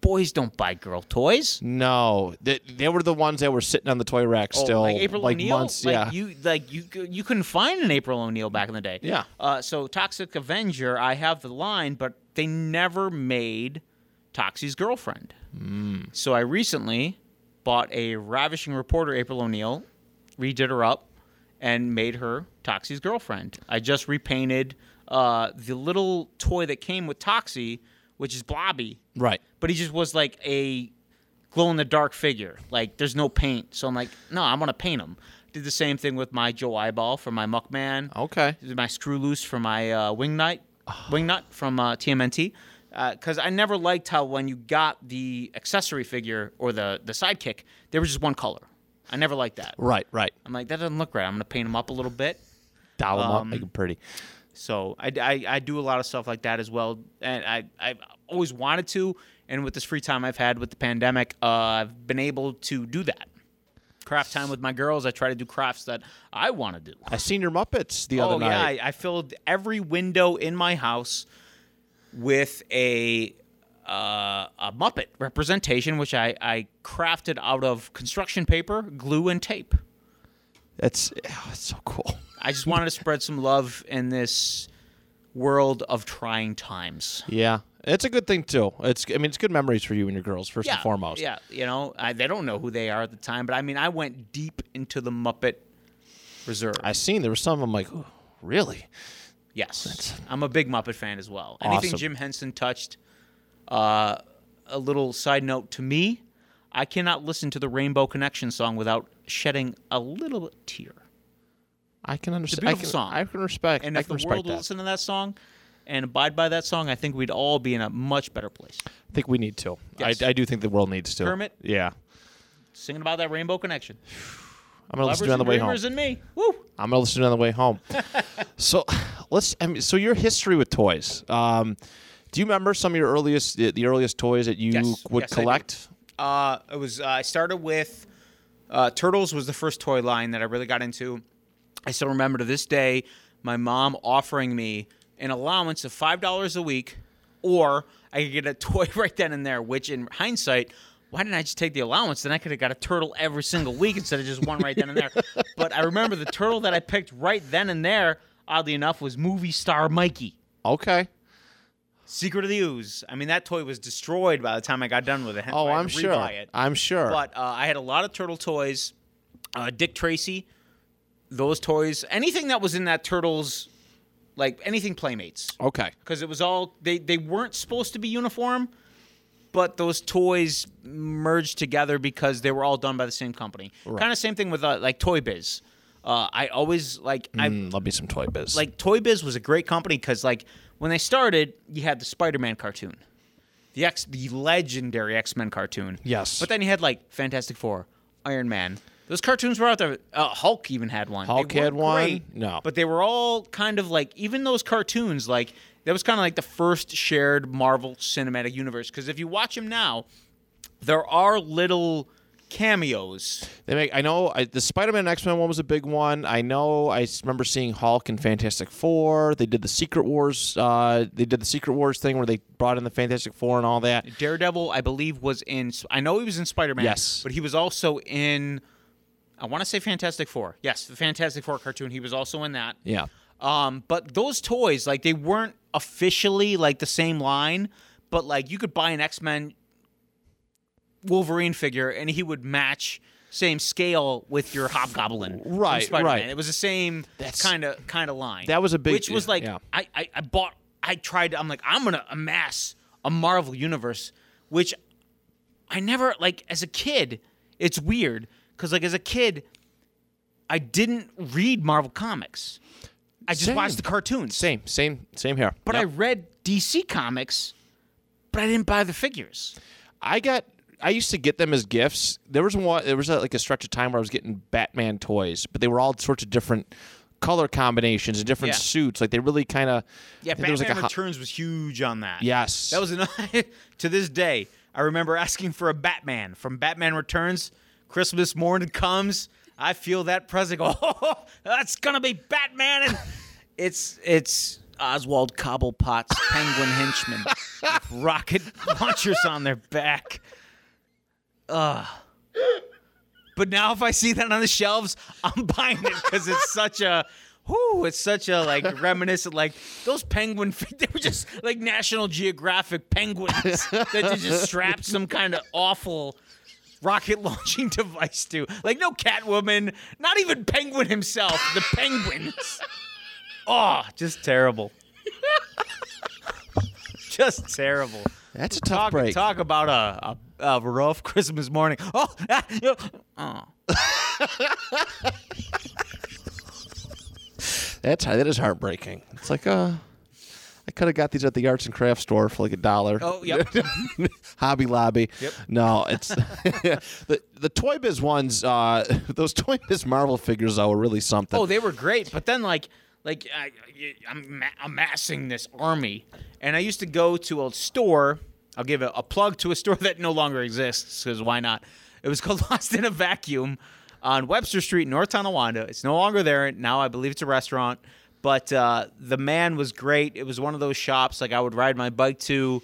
Speaker 3: boys don't buy girl toys.
Speaker 2: No, they, they were the ones that were sitting on the toy rack still,
Speaker 3: Oh, like April O'Neil,
Speaker 2: months.
Speaker 3: like
Speaker 2: yeah,
Speaker 3: you like you you couldn't find an April O'Neil back in the day.
Speaker 2: Yeah.
Speaker 3: Uh, so Toxic Avenger, I have the line, but they never made Toxie's girlfriend.
Speaker 2: Hmm.
Speaker 3: So I recently bought a Ravishing Reporter April O'Neil, redid her up, and made her Toxie's girlfriend. I just repainted uh, the little toy that came with Toxie, which is Blobby
Speaker 2: right.
Speaker 3: but he just was like a glow in the dark figure. Like there's no paint, so I'm like, no, I'm gonna paint him. Did the same thing with my Joe Eyeball for my Muckman.
Speaker 2: Okay.
Speaker 3: Did my Screw Loose for my uh, Wing Nut, Wing Nut from uh, TMNT. Because Uh, I never liked how when you got the accessory figure or the the sidekick, they were just one color. I never liked that.
Speaker 2: Right, right.
Speaker 3: I'm like, that doesn't look right. I'm gonna paint them up a little bit.
Speaker 2: Dial 'em up,
Speaker 3: Um,
Speaker 2: make 'em pretty.
Speaker 3: So I, I, I do a lot of stuff like that as well, and I I've always wanted to, and with this free time I've had with the pandemic, uh, I've been able to do that. Craft time with my girls. I try to do crafts that I want to do.
Speaker 2: I seen your Muppets the
Speaker 3: Oh
Speaker 2: other night.
Speaker 3: yeah, I, I filled every window in my house with a uh, a Muppet representation, which I, I crafted out of construction paper, glue, and tape.
Speaker 2: That's oh, it's so cool.
Speaker 3: I just wanted to spread some love in this world of trying times.
Speaker 2: Yeah, it's a good thing too. It's I mean it's good memories for you and your girls first and foremost.
Speaker 3: Yeah, you know, I, they don't know who they are at the time, but I mean, I went deep into the Muppet Reserve.
Speaker 2: I seen there were some. I'm like, "Ooh, really?
Speaker 3: yes, I'm a big Muppet fan as well. Anything
Speaker 2: Awesome.
Speaker 3: Jim Henson touched. Uh, a little side note to me, I cannot listen to the Rainbow Connection song without shedding a little tear.
Speaker 2: I can understand. I
Speaker 3: beautiful
Speaker 2: can,
Speaker 3: song.
Speaker 2: I can respect.
Speaker 3: And
Speaker 2: I
Speaker 3: if
Speaker 2: can
Speaker 3: the
Speaker 2: respect
Speaker 3: world
Speaker 2: that.
Speaker 3: will listen to that song and abide by that song, I think we'd all be in a much better place.
Speaker 2: I think we need to.
Speaker 3: Yes.
Speaker 2: I, I do think the world needs to.
Speaker 3: Kermit?
Speaker 2: Yeah.
Speaker 3: Singing about that Rainbow Connection.
Speaker 2: I'm gonna listen to
Speaker 3: Lovers
Speaker 2: it on
Speaker 3: and
Speaker 2: the way home.
Speaker 3: dreamers and me. Woo!
Speaker 2: I'm gonna listen to it on the way home. so let's. I mean, so your history with toys. Um, do you remember some of your earliest the, the earliest toys that you
Speaker 3: Yes,
Speaker 2: would
Speaker 3: yes, I do.
Speaker 2: collect?
Speaker 3: Uh, it was uh, I started with uh, Turtles was the first toy line that I really got into. I still remember to this day my mom offering me an allowance of five dollars a week, or I could get a toy right then and there. Which, in hindsight, why didn't I just take the allowance? Then I could have got a turtle every single week instead of just one right then and there. But I remember the turtle that I picked right then and there, oddly enough, was movie star Mikey.
Speaker 2: Okay.
Speaker 3: Secret of the Ooze. I mean, that toy was destroyed by the time I got done with it. hence
Speaker 2: Oh,
Speaker 3: why I had
Speaker 2: I'm
Speaker 3: to
Speaker 2: sure.
Speaker 3: rebuy It.
Speaker 2: I'm sure.
Speaker 3: But uh, I had a lot of turtle toys. Uh, Dick Tracy, those toys, anything that was in that turtles, like anything Playmates,
Speaker 2: okay.
Speaker 3: because it was all they they weren't supposed to be uniform, but those toys merged together because they were all done by the same company. Kind of same thing with uh, like Toy Biz. Uh, I always like I
Speaker 2: Mm, love me some toy biz.
Speaker 3: like Toy Biz was a great company because like when they started, you had the Spider-Man cartoon, the X, the legendary X-Men cartoon.
Speaker 2: Yes.
Speaker 3: But then you had like Fantastic Four, Iron Man. Those cartoons were out there. Uh, Hulk even had one. They
Speaker 2: Hulk had
Speaker 3: weren't
Speaker 2: one?
Speaker 3: great,
Speaker 2: No.
Speaker 3: But they were all kind of like even those cartoons like that was kind of like the first shared Marvel Cinematic Universe because if you watch them now, there are little cameos.
Speaker 2: They make. I know I, the Spider-Man X Men one was a big one. I know. I s- remember seeing Hulk and Fantastic Four. They did the Secret Wars. Uh, they did the Secret Wars thing where they brought in the Fantastic Four and all that.
Speaker 3: Daredevil, I believe, was in. I know he was in Spider Man.
Speaker 2: Yes.
Speaker 3: but he was also in. I want to say Fantastic Four. Yes, the Fantastic Four cartoon. He was also in that.
Speaker 2: Yeah.
Speaker 3: Um, but those toys, like they weren't officially like the same line, but like you could buy an X Men Wolverine figure and he would match same scale with your Hobgoblin, from
Speaker 2: Right,
Speaker 3: Spider-Man.
Speaker 2: right.
Speaker 3: It was the same
Speaker 2: That's-
Speaker 3: kind of kind of line.
Speaker 2: That was a big-
Speaker 3: which was like
Speaker 2: yeah.
Speaker 3: I, I I bought I tried. I'm like I'm gonna amass a Marvel universe, which I never like as a kid. It's weird because like as a kid, I didn't read Marvel comics. I just
Speaker 2: Same.
Speaker 3: watched the cartoons.
Speaker 2: Same. Same. Same here.
Speaker 3: But
Speaker 2: Yep.
Speaker 3: I read DC comics, but I didn't buy the figures.
Speaker 2: I got. I used to get them as gifts. There was one. There was a, like a stretch of time where I was getting Batman toys, but they were all sorts of different color combinations and different
Speaker 3: Yeah.
Speaker 2: suits. Like they really kind of.
Speaker 3: Yeah,
Speaker 2: there
Speaker 3: Batman
Speaker 2: was like a ho-
Speaker 3: Returns was huge on that.
Speaker 2: Yes.
Speaker 3: That was another. to this day, I remember asking for a Batman from Batman Returns. Christmas morning comes. I feel that present. Go, oh, that's gonna be Batman, and it's it's Oswald Cobblepot's penguin henchmen with rocket launchers on their back. Ugh. But now if I see that on the shelves, I'm buying it because it's such a whoo, it's such a like reminiscent like those penguin they were just like National Geographic penguins that they just strapped some kind of awful rocket launching device to. Like no Catwoman, not even Penguin himself, the penguins. Oh, just terrible. just terrible.
Speaker 2: That's a tough
Speaker 3: Talk,
Speaker 2: break.
Speaker 3: talk about a, a, a rough Christmas morning. Oh, ah, you- oh.
Speaker 2: That's that is heartbreaking. It's like uh, I could have got these at the arts and crafts store for like a dollar.
Speaker 3: Oh, yep.
Speaker 2: Hobby Lobby. Yep. No, it's the the Toy Biz ones. Uh, those Toy Biz Marvel figures though were really something.
Speaker 3: oh, they were great. But then, like, like I, I'm ma- amassing this army, and I used to go to a store. I'll give a, a plug to a store that no longer exists because why not? It was called Lost in a Vacuum on Webster Street, North Tonawanda. It's no longer there now. I believe it's a restaurant. But uh, the man was great. It was one of those shops like I would ride my bike to.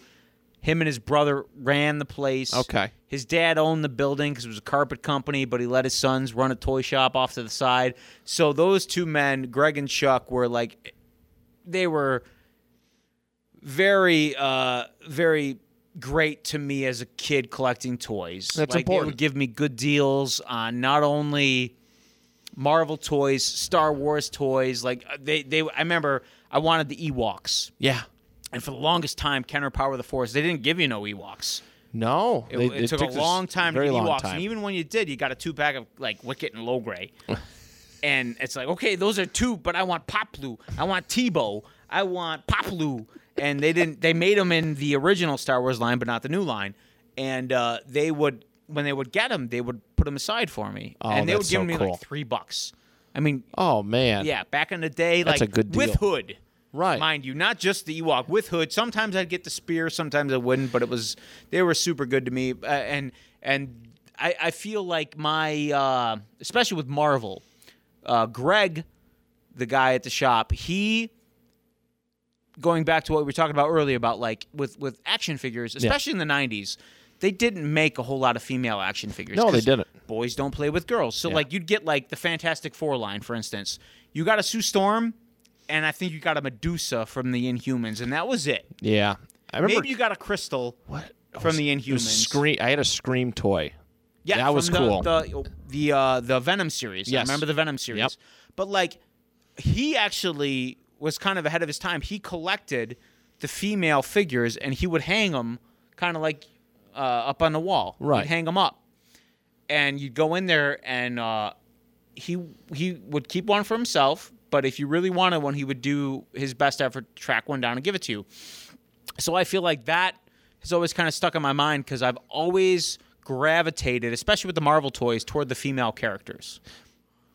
Speaker 3: Him and his brother ran the place.
Speaker 2: Okay.
Speaker 3: His dad owned the building because it was a carpet company, but he let his sons run a toy shop off to the side. So those two men, Greg and Chuck, were like, they were very, uh, very great to me as a kid collecting toys.
Speaker 2: That's
Speaker 3: like, They
Speaker 2: important.
Speaker 3: would give me good deals on not only Marvel toys, Star Wars toys. Like they, they. I remember I wanted the Ewoks,
Speaker 2: yeah.
Speaker 3: and for the longest time, Kenner Power of the Force, they didn't give you no Ewoks.
Speaker 2: No,
Speaker 3: It,
Speaker 2: they-
Speaker 3: it took,
Speaker 2: this
Speaker 3: a long time to
Speaker 2: very
Speaker 3: get
Speaker 2: long
Speaker 3: Ewoks,
Speaker 2: time.
Speaker 3: and even when you did, you got a two pack of like Wicket and Logray, and it's like, okay, those are two, but I want Poplu, I want Tebow, I want Poplu, and they didn't. They made them in the original Star Wars line, but not the new line, and uh, they would when they would get them, they would put them aside for me,
Speaker 2: Oh,
Speaker 3: and they would
Speaker 2: that's
Speaker 3: give
Speaker 2: so
Speaker 3: me
Speaker 2: cool.
Speaker 3: like three bucks. I mean,
Speaker 2: oh man.
Speaker 3: yeah, back in the day,
Speaker 2: That's
Speaker 3: like
Speaker 2: a good
Speaker 3: with
Speaker 2: deal.
Speaker 3: hood.
Speaker 2: Right.
Speaker 3: Mind you, not just the Ewok with hood. Sometimes I'd get the spear, sometimes I wouldn't, but it was they were super good to me. Uh, and and I, I feel like my uh, especially with Marvel, uh, Greg, the guy at the shop, he going back to what we were talking about earlier about like with with action figures, especially in the '90s, they didn't make a whole lot of female action figures.
Speaker 2: No, they
Speaker 3: 'cause
Speaker 2: didn't.
Speaker 3: Boys don't play with girls, so
Speaker 2: Yeah.
Speaker 3: like you'd get like the Fantastic Four line, for instance. You got a Sue Storm, and I think you got a Medusa from the Inhumans, and that was it.
Speaker 2: Yeah. I remember
Speaker 3: Maybe you got a Crystal
Speaker 2: what
Speaker 3: from the
Speaker 2: It was
Speaker 3: Inhumans.
Speaker 2: Scream. I had a Scream toy.
Speaker 3: Yeah,
Speaker 2: that
Speaker 3: from
Speaker 2: was
Speaker 3: the,
Speaker 2: cool.
Speaker 3: The the uh, the Venom series. I
Speaker 2: Yes.
Speaker 3: remember the Venom series.
Speaker 2: Yep.
Speaker 3: But like, he actually was kind of ahead of his time. He collected the female figures and he would hang them kind of like uh, up on the wall. He'd
Speaker 2: Right.
Speaker 3: hang them up, and you'd go in there and uh, he he would keep one for himself. But if you really wanted one, he would do his best effort to track one down and give it to you. So I feel like that has always kind of stuck in my mind because I've always gravitated, especially with the Marvel toys, toward the female characters.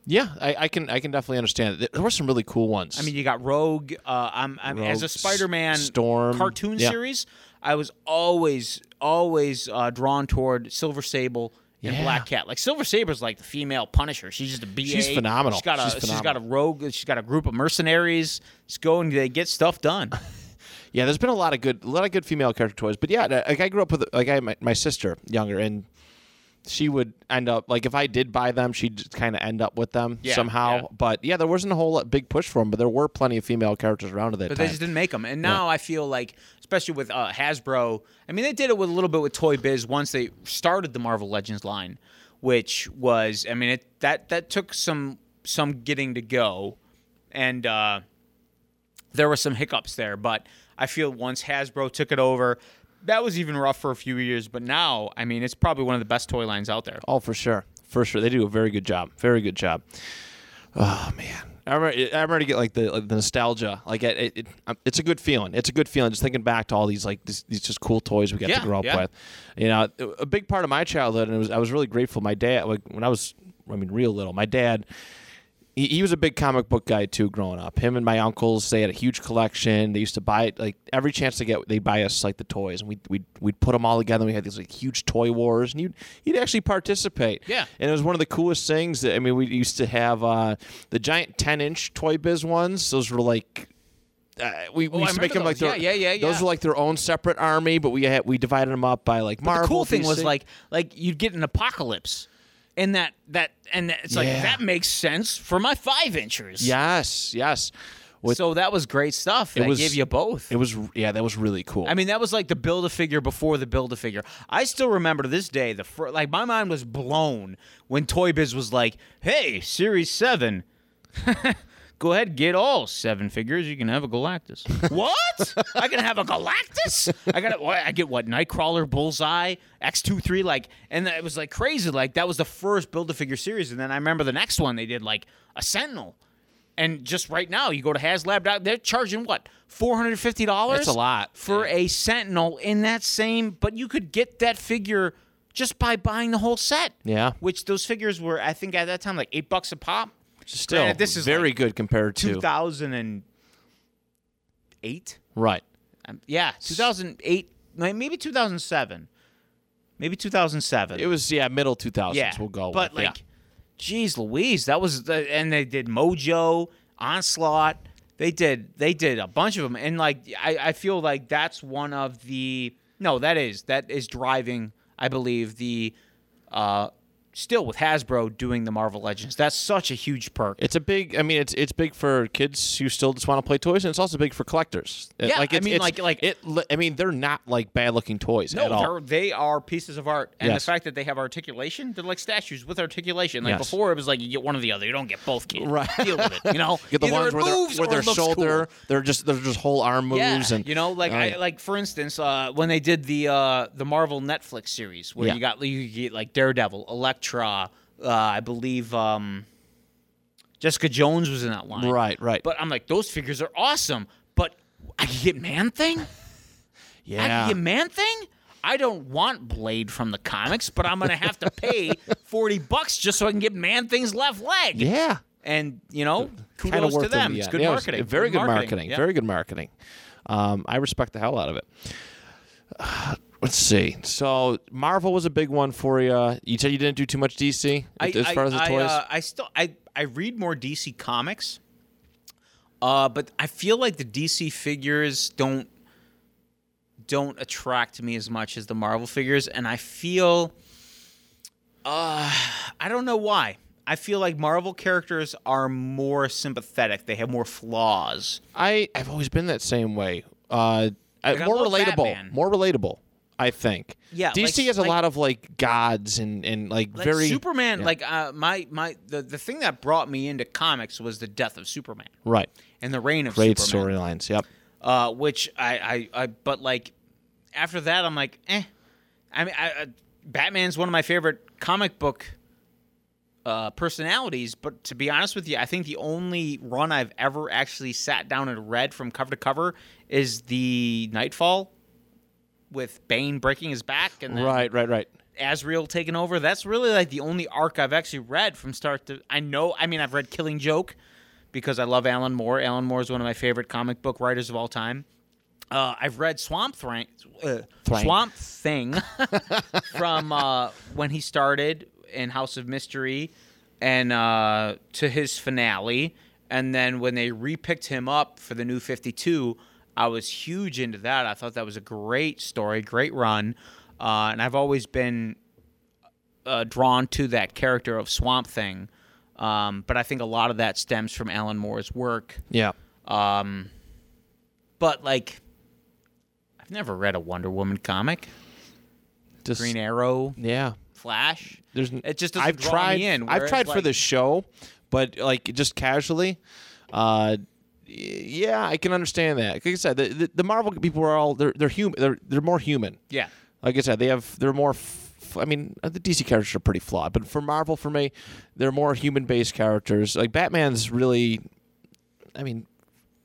Speaker 2: yeah, I, I can I can definitely understand. it. There were some really cool ones.
Speaker 3: I mean, you got Rogue. Uh, I'm, I'm as
Speaker 2: Rogue,
Speaker 3: a Spider-Man
Speaker 2: S- Storm,
Speaker 3: cartoon
Speaker 2: yeah.
Speaker 3: series. I was always always uh, drawn toward Silver Sable and
Speaker 2: Yeah.
Speaker 3: Black Cat. Like Silver Sabre's like the female Punisher. She's just a BA.
Speaker 2: She's phenomenal.
Speaker 3: She's got a
Speaker 2: She's
Speaker 3: she's got a rogue. She's got a group of mercenaries. Just go and they get stuff done.
Speaker 2: Yeah, there's been a lot of good, a lot of good female character toys. But yeah, like I grew up with, like I my, my sister younger, and she would end up like if I did buy them, she'd kind of end up with them
Speaker 3: Yeah,
Speaker 2: somehow.
Speaker 3: yeah.
Speaker 2: But yeah, there wasn't a whole lot, big push for them, but there were plenty of female characters around at that
Speaker 3: But
Speaker 2: time.
Speaker 3: they just didn't make them. And now I feel like, especially with uh, Hasbro, I mean, they did it with a little bit with Toy Biz once they started the Marvel Legends line, which was, I mean, it that that took some some getting to go, and uh, there were some hiccups there. But I feel once Hasbro took it over, that was even rough for a few years. But now, I mean, it's probably one of the best toy lines out there.
Speaker 2: Oh, for sure, for sure, they do a very good job, very good job. Oh man, I remember, I remember to get like the like, the nostalgia. Like it, it, it, um, it's a good feeling. It's a good feeling just thinking back to all these like these, these just cool toys we got
Speaker 3: Yeah,
Speaker 2: to grow up
Speaker 3: yeah.
Speaker 2: with. You know, a big part of my childhood, and it was I was really grateful. My dad, like when I was, I mean, real little, my dad. He, he was a big comic book guy too growing up. Him and my uncles, they had a huge collection. They used to buy like every chance they get, they buy us like the toys, and we we'd, we'd put them all together. and We had these like huge toy wars, and you'd you'd actually participate.
Speaker 3: Yeah.
Speaker 2: And it was one of the coolest things. That, I mean, we used to have uh, the giant 10 inch Toy Biz ones. Those were like, uh, we, we
Speaker 3: Oh, I
Speaker 2: used to make them
Speaker 3: remember
Speaker 2: like
Speaker 3: those.
Speaker 2: their,
Speaker 3: Yeah, yeah, yeah,
Speaker 2: Those
Speaker 3: yeah.
Speaker 2: are like their own separate army, but we had, we divided them up by like Marvel.
Speaker 3: the cool thing was
Speaker 2: DC.
Speaker 3: like like you'd get an apocalypse and that that and that, it's like
Speaker 2: Yeah.
Speaker 3: that makes sense for my five inchers
Speaker 2: yes, yes, With-
Speaker 3: so that was great stuff that
Speaker 2: was-
Speaker 3: gave you both
Speaker 2: it was yeah, that was really cool.
Speaker 3: I mean, that was like the build a figure before the build a figure. I still remember to this day the fir- like my mind was blown when Toy Biz was like, "Hey, Series Seven, go ahead get all seven figures. You can have a Galactus." what? I can have a Galactus? I got what? I get what? Nightcrawler, Bullseye, X 23 like, and it was like crazy. Like that was the first build a figure series, and then I remember the next one they did like a Sentinel. And just right now, you go to HasLab. They're charging what four hundred fifty dollars.
Speaker 2: That's a lot.
Speaker 3: for a Sentinel in that same. But you could get that figure just by buying the whole set.
Speaker 2: Yeah.
Speaker 3: which those figures were, I think, at that time like eight bucks a pop.
Speaker 2: still
Speaker 3: granted, this is
Speaker 2: very
Speaker 3: like
Speaker 2: good compared
Speaker 3: Two
Speaker 2: to
Speaker 3: thousand and eight.
Speaker 2: right.
Speaker 3: Um, yeah, two thousand eight. Maybe two thousand seven. Maybe two thousand seven.
Speaker 2: It was yeah, middle two thousands.
Speaker 3: Yeah,
Speaker 2: we'll go.
Speaker 3: But
Speaker 2: with, yeah.
Speaker 3: like, geez, Louise, that was the, and they did Mojo, Onslaught. They did they did a bunch of them, and like I, I feel like that's one of the no that is that is driving I believe the uh still with Hasbro doing the Marvel Legends. That's such a huge perk.
Speaker 2: It's a big. I mean, it's it's big for kids who still just want to play toys, and it's also big for collectors. It-
Speaker 3: Yeah, I
Speaker 2: it's-
Speaker 3: mean,
Speaker 2: it's-
Speaker 3: like- like-
Speaker 2: it. li- I mean, they're not like bad looking toys
Speaker 3: No,
Speaker 2: at all.
Speaker 3: they're- they are pieces of art, and
Speaker 2: Yes.
Speaker 3: the fact that they have articulation, they're like statues with articulation. Like
Speaker 2: Yes.
Speaker 3: before, it was like you get one or the other. You don't get both, kids.
Speaker 2: Right.
Speaker 3: Deal with it. You know,
Speaker 2: Get the
Speaker 3: Either
Speaker 2: ones
Speaker 3: it
Speaker 2: where their
Speaker 3: moves
Speaker 2: where
Speaker 3: or
Speaker 2: their
Speaker 3: it looks cool.
Speaker 2: shoulder, they're just they're just whole arm moves,
Speaker 3: yeah,
Speaker 2: and
Speaker 3: you know, like I, like for instance, uh, when they did the uh, the Marvel Netflix series, where
Speaker 2: Yeah.
Speaker 3: you got you get like Daredevil, Elektra, uh, I believe um, Jessica Jones was in that line,
Speaker 2: right, right,
Speaker 3: But I'm like, those figures are awesome, but I can get Man Thing, I
Speaker 2: yeah,
Speaker 3: can get Man Thing. I don't want Blade from the comics, but I'm gonna have to pay forty bucks just so I can get Man Thing's left leg.
Speaker 2: yeah.
Speaker 3: And you know,
Speaker 2: Kinda
Speaker 3: kudos to
Speaker 2: worth it in
Speaker 3: them.
Speaker 2: the
Speaker 3: It's
Speaker 2: end.
Speaker 3: good
Speaker 2: Yeah, it was
Speaker 3: marketing.
Speaker 2: Very good marketing.
Speaker 3: Yeah.
Speaker 2: Very good marketing. Um, I respect the hell out of it. Let's see. So Marvel was a big one for you. You said you didn't do too much DC as far as the
Speaker 3: I,
Speaker 2: toys.
Speaker 3: uh, I still I I read more DC comics, uh, but I feel like the DC figures don't don't attract me as much as the Marvel figures, and I feel uh, I don't know why. I feel like Marvel characters are more sympathetic. They have more flaws.
Speaker 2: I I've always been that same way. Uh, I-
Speaker 3: I
Speaker 2: more
Speaker 3: love
Speaker 2: relatable,
Speaker 3: Batman.
Speaker 2: more relatable. I think.
Speaker 3: Yeah,
Speaker 2: DC
Speaker 3: like-
Speaker 2: has a
Speaker 3: like-
Speaker 2: lot of like gods and and like,
Speaker 3: Like
Speaker 2: very
Speaker 3: Superman,
Speaker 2: yeah.
Speaker 3: like uh, my my the, the thing that brought me into comics was the death of Superman
Speaker 2: right
Speaker 3: and the reign of
Speaker 2: great
Speaker 3: Superman.
Speaker 2: storylines. Yep.
Speaker 3: uh, which I, I, I, but like after that, I'm like, eh. I mean, I, I, Batman's one of my favorite comic book uh, personalities, but to be honest with you, I think the only run I've ever actually sat down and read from cover to cover is the Nightfall with Bane breaking his back and then
Speaker 2: Right. Right. Right.
Speaker 3: Azrael taking over. That's really like the only arc I've actually read from start to. I know. I mean, I've read Killing Joke because I love Alan Moore. Alan Moore is one of my favorite comic book writers of all time. Uh, I've read Swamp Thang, uh,
Speaker 2: Thrank.
Speaker 3: Swamp Thing from uh, when he started in House of Mystery and uh, to his finale. And then when they repicked him up for the new 52, I was huge into that. I thought that was a great story, great run. Uh, and I've always been uh, drawn to that character of Swamp Thing. Um, but I think a lot of that stems from Alan Moore's work.
Speaker 2: Yeah.
Speaker 3: Um, but like, I've never read a Wonder Woman comic,
Speaker 2: Just,
Speaker 3: Green Arrow,
Speaker 2: Yeah.
Speaker 3: Flash.
Speaker 2: There's n-
Speaker 3: it just doesn't
Speaker 2: I've
Speaker 3: draw
Speaker 2: tried,
Speaker 3: me in.
Speaker 2: I've
Speaker 3: whereas,
Speaker 2: tried for
Speaker 3: like-
Speaker 2: the show, but like just casually. Uh, y- yeah, I can understand that. Like I said, the, the, the Marvel people are all they're they're human. They're they're more human.
Speaker 3: Yeah.
Speaker 2: Like I said, they have they're more. F- I mean, uh, the DC characters are pretty flawed, but for Marvel, for me, they're more human-based characters. Like Batman's really, I mean,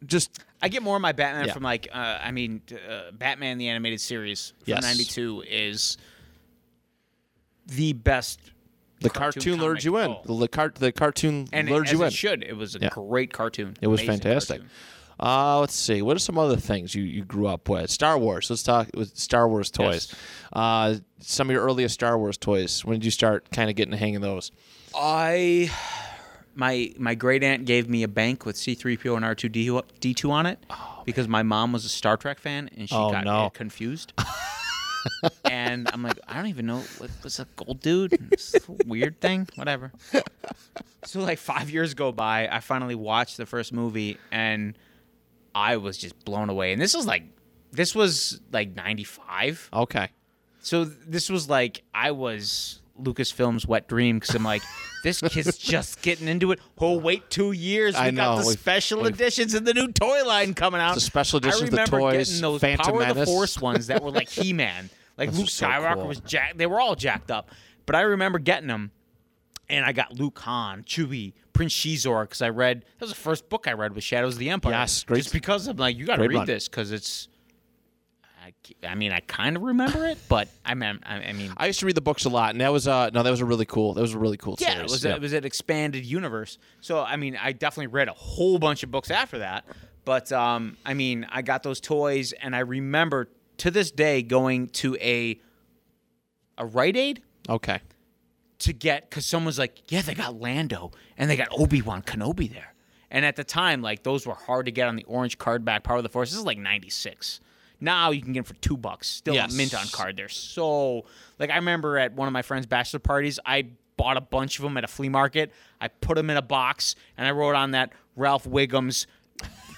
Speaker 2: just
Speaker 3: I get more of my Batman
Speaker 2: Yeah.
Speaker 3: from like, uh, I mean, uh, Batman the animated series from
Speaker 2: Yes.
Speaker 3: '92 is the best.
Speaker 2: the
Speaker 3: Cartoon
Speaker 2: cartoon, lured
Speaker 3: comic
Speaker 2: you in.
Speaker 3: book.
Speaker 2: The, car- the cartoon
Speaker 3: And
Speaker 2: lured
Speaker 3: as
Speaker 2: you
Speaker 3: it
Speaker 2: in.
Speaker 3: should. It was a
Speaker 2: Yeah.
Speaker 3: great cartoon.
Speaker 2: It was
Speaker 3: Amazing
Speaker 2: fantastic.
Speaker 3: cartoon.
Speaker 2: Uh, let's see. What are some other things you, you grew up with? Star Wars. Let's talk with Star Wars toys. Uh, some of your earliest Star Wars toys. When did you start kind of getting the hang of those?
Speaker 3: I my my great aunt gave me a bank with C3PO and R2 D2 on it because my mom was a Star Trek fan and she
Speaker 2: Oh,
Speaker 3: got
Speaker 2: no.
Speaker 3: uh, confused. and I'm like, I don't even know what what's a gold dude, It's a weird thing, whatever. So like 5 years go by, I finally watched the first movie and I was just blown away. And this was like this was like 95.
Speaker 2: Okay.
Speaker 3: So th- this was like I was Lucasfilm's wet dream because I'm like, this kid's just getting into it. Oh, wait two years. We
Speaker 2: I
Speaker 3: got
Speaker 2: know.
Speaker 3: the
Speaker 2: We've-
Speaker 3: special
Speaker 2: we've-
Speaker 3: editions and the new toy line coming out.
Speaker 2: The special
Speaker 3: I
Speaker 2: editions, the
Speaker 3: remember
Speaker 2: toys,
Speaker 3: getting those
Speaker 2: Phantom
Speaker 3: Power of
Speaker 2: Menace.
Speaker 3: the Force ones that were like He-Man. Like
Speaker 2: Those
Speaker 3: Luke
Speaker 2: are so
Speaker 3: Skywalker
Speaker 2: cool.
Speaker 3: was jacked. They were all jacked up. But I remember getting them and I got Luke Han, Chewie, Prince Shizor, because I read that was the first book I read was Shadows of the Empire.
Speaker 2: Yes, great-
Speaker 3: Just because I'm like, you got to
Speaker 2: great
Speaker 3: read
Speaker 2: run.
Speaker 3: this because it's. I, ca- I mean, I kind of remember it, but I mean, I, I mean,
Speaker 2: I used to read the books a lot, and that was uh no, that was a really cool. That was a really cool
Speaker 3: yeah,
Speaker 2: series.
Speaker 3: it was it was an expanded universe. So I mean, I definitely read a whole bunch of books after that. But um, I mean, I got those toys, and I remember to this day going to a a Rite Aid
Speaker 2: okay.
Speaker 3: to get because someone's like, yeah, they got Lando and they got Obi Wan Kenobi there. And at the time, like those were hard to get on the orange card back Power of the Force. This is like '96. Now you can get them for two bucks, still
Speaker 2: Yes.
Speaker 3: mint on card. They're so like I remember at one of my friends' bachelor parties, I bought a bunch of them at a flea market. I put them in a box and I wrote on that Ralph Wiggum's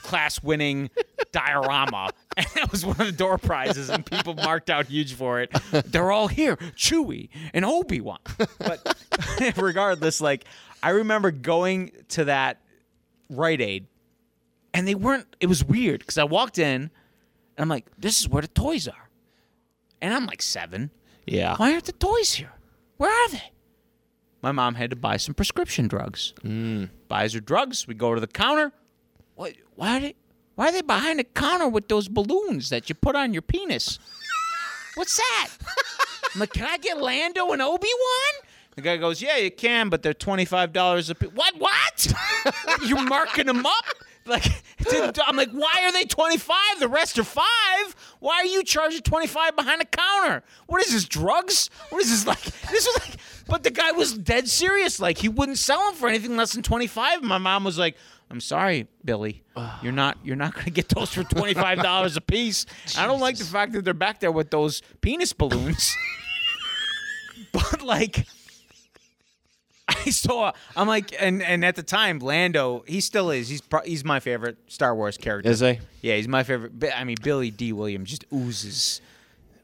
Speaker 3: class winning diorama. And that was one of the door prizes, and people marked out huge for it. They're all here Chewie and Obi Wan. But regardless, like, I remember going to that Rite Aid, and they weren't, it was weird because I walked in and I'm like, this is where the toys are. And I'm like seven.
Speaker 2: Yeah.
Speaker 3: Why aren't the toys here? Where are they? My mom had to buy some prescription drugs. Buys her drugs. We go to the counter. What? Why are they? Why are they behind the counter with those balloons that you put on your penis? What's that? I'm like, can I get Lando and Obi Wan? The guy goes, yeah, you can, but they're twenty five dollars a piece. What? What? You're marking them up? Like, did- I'm like, why are they twenty five? The rest are five. Why are you charging twenty five behind the counter? What is this? Drugs? What is this like? This was like, but the guy was dead serious. Like, he wouldn't sell them for anything less than twenty five. My mom was like. I'm sorry, Billy. You're not you're not gonna get those for twenty five dollars a piece. I don't like the fact that they're back there with those penis balloons. but like I saw I'm like and and at the time Lando he still is he's pro- he's my favorite Star Wars character.
Speaker 2: Is he?
Speaker 3: yeah, he's my favorite. Bi- I mean Billy D Williams just oozes.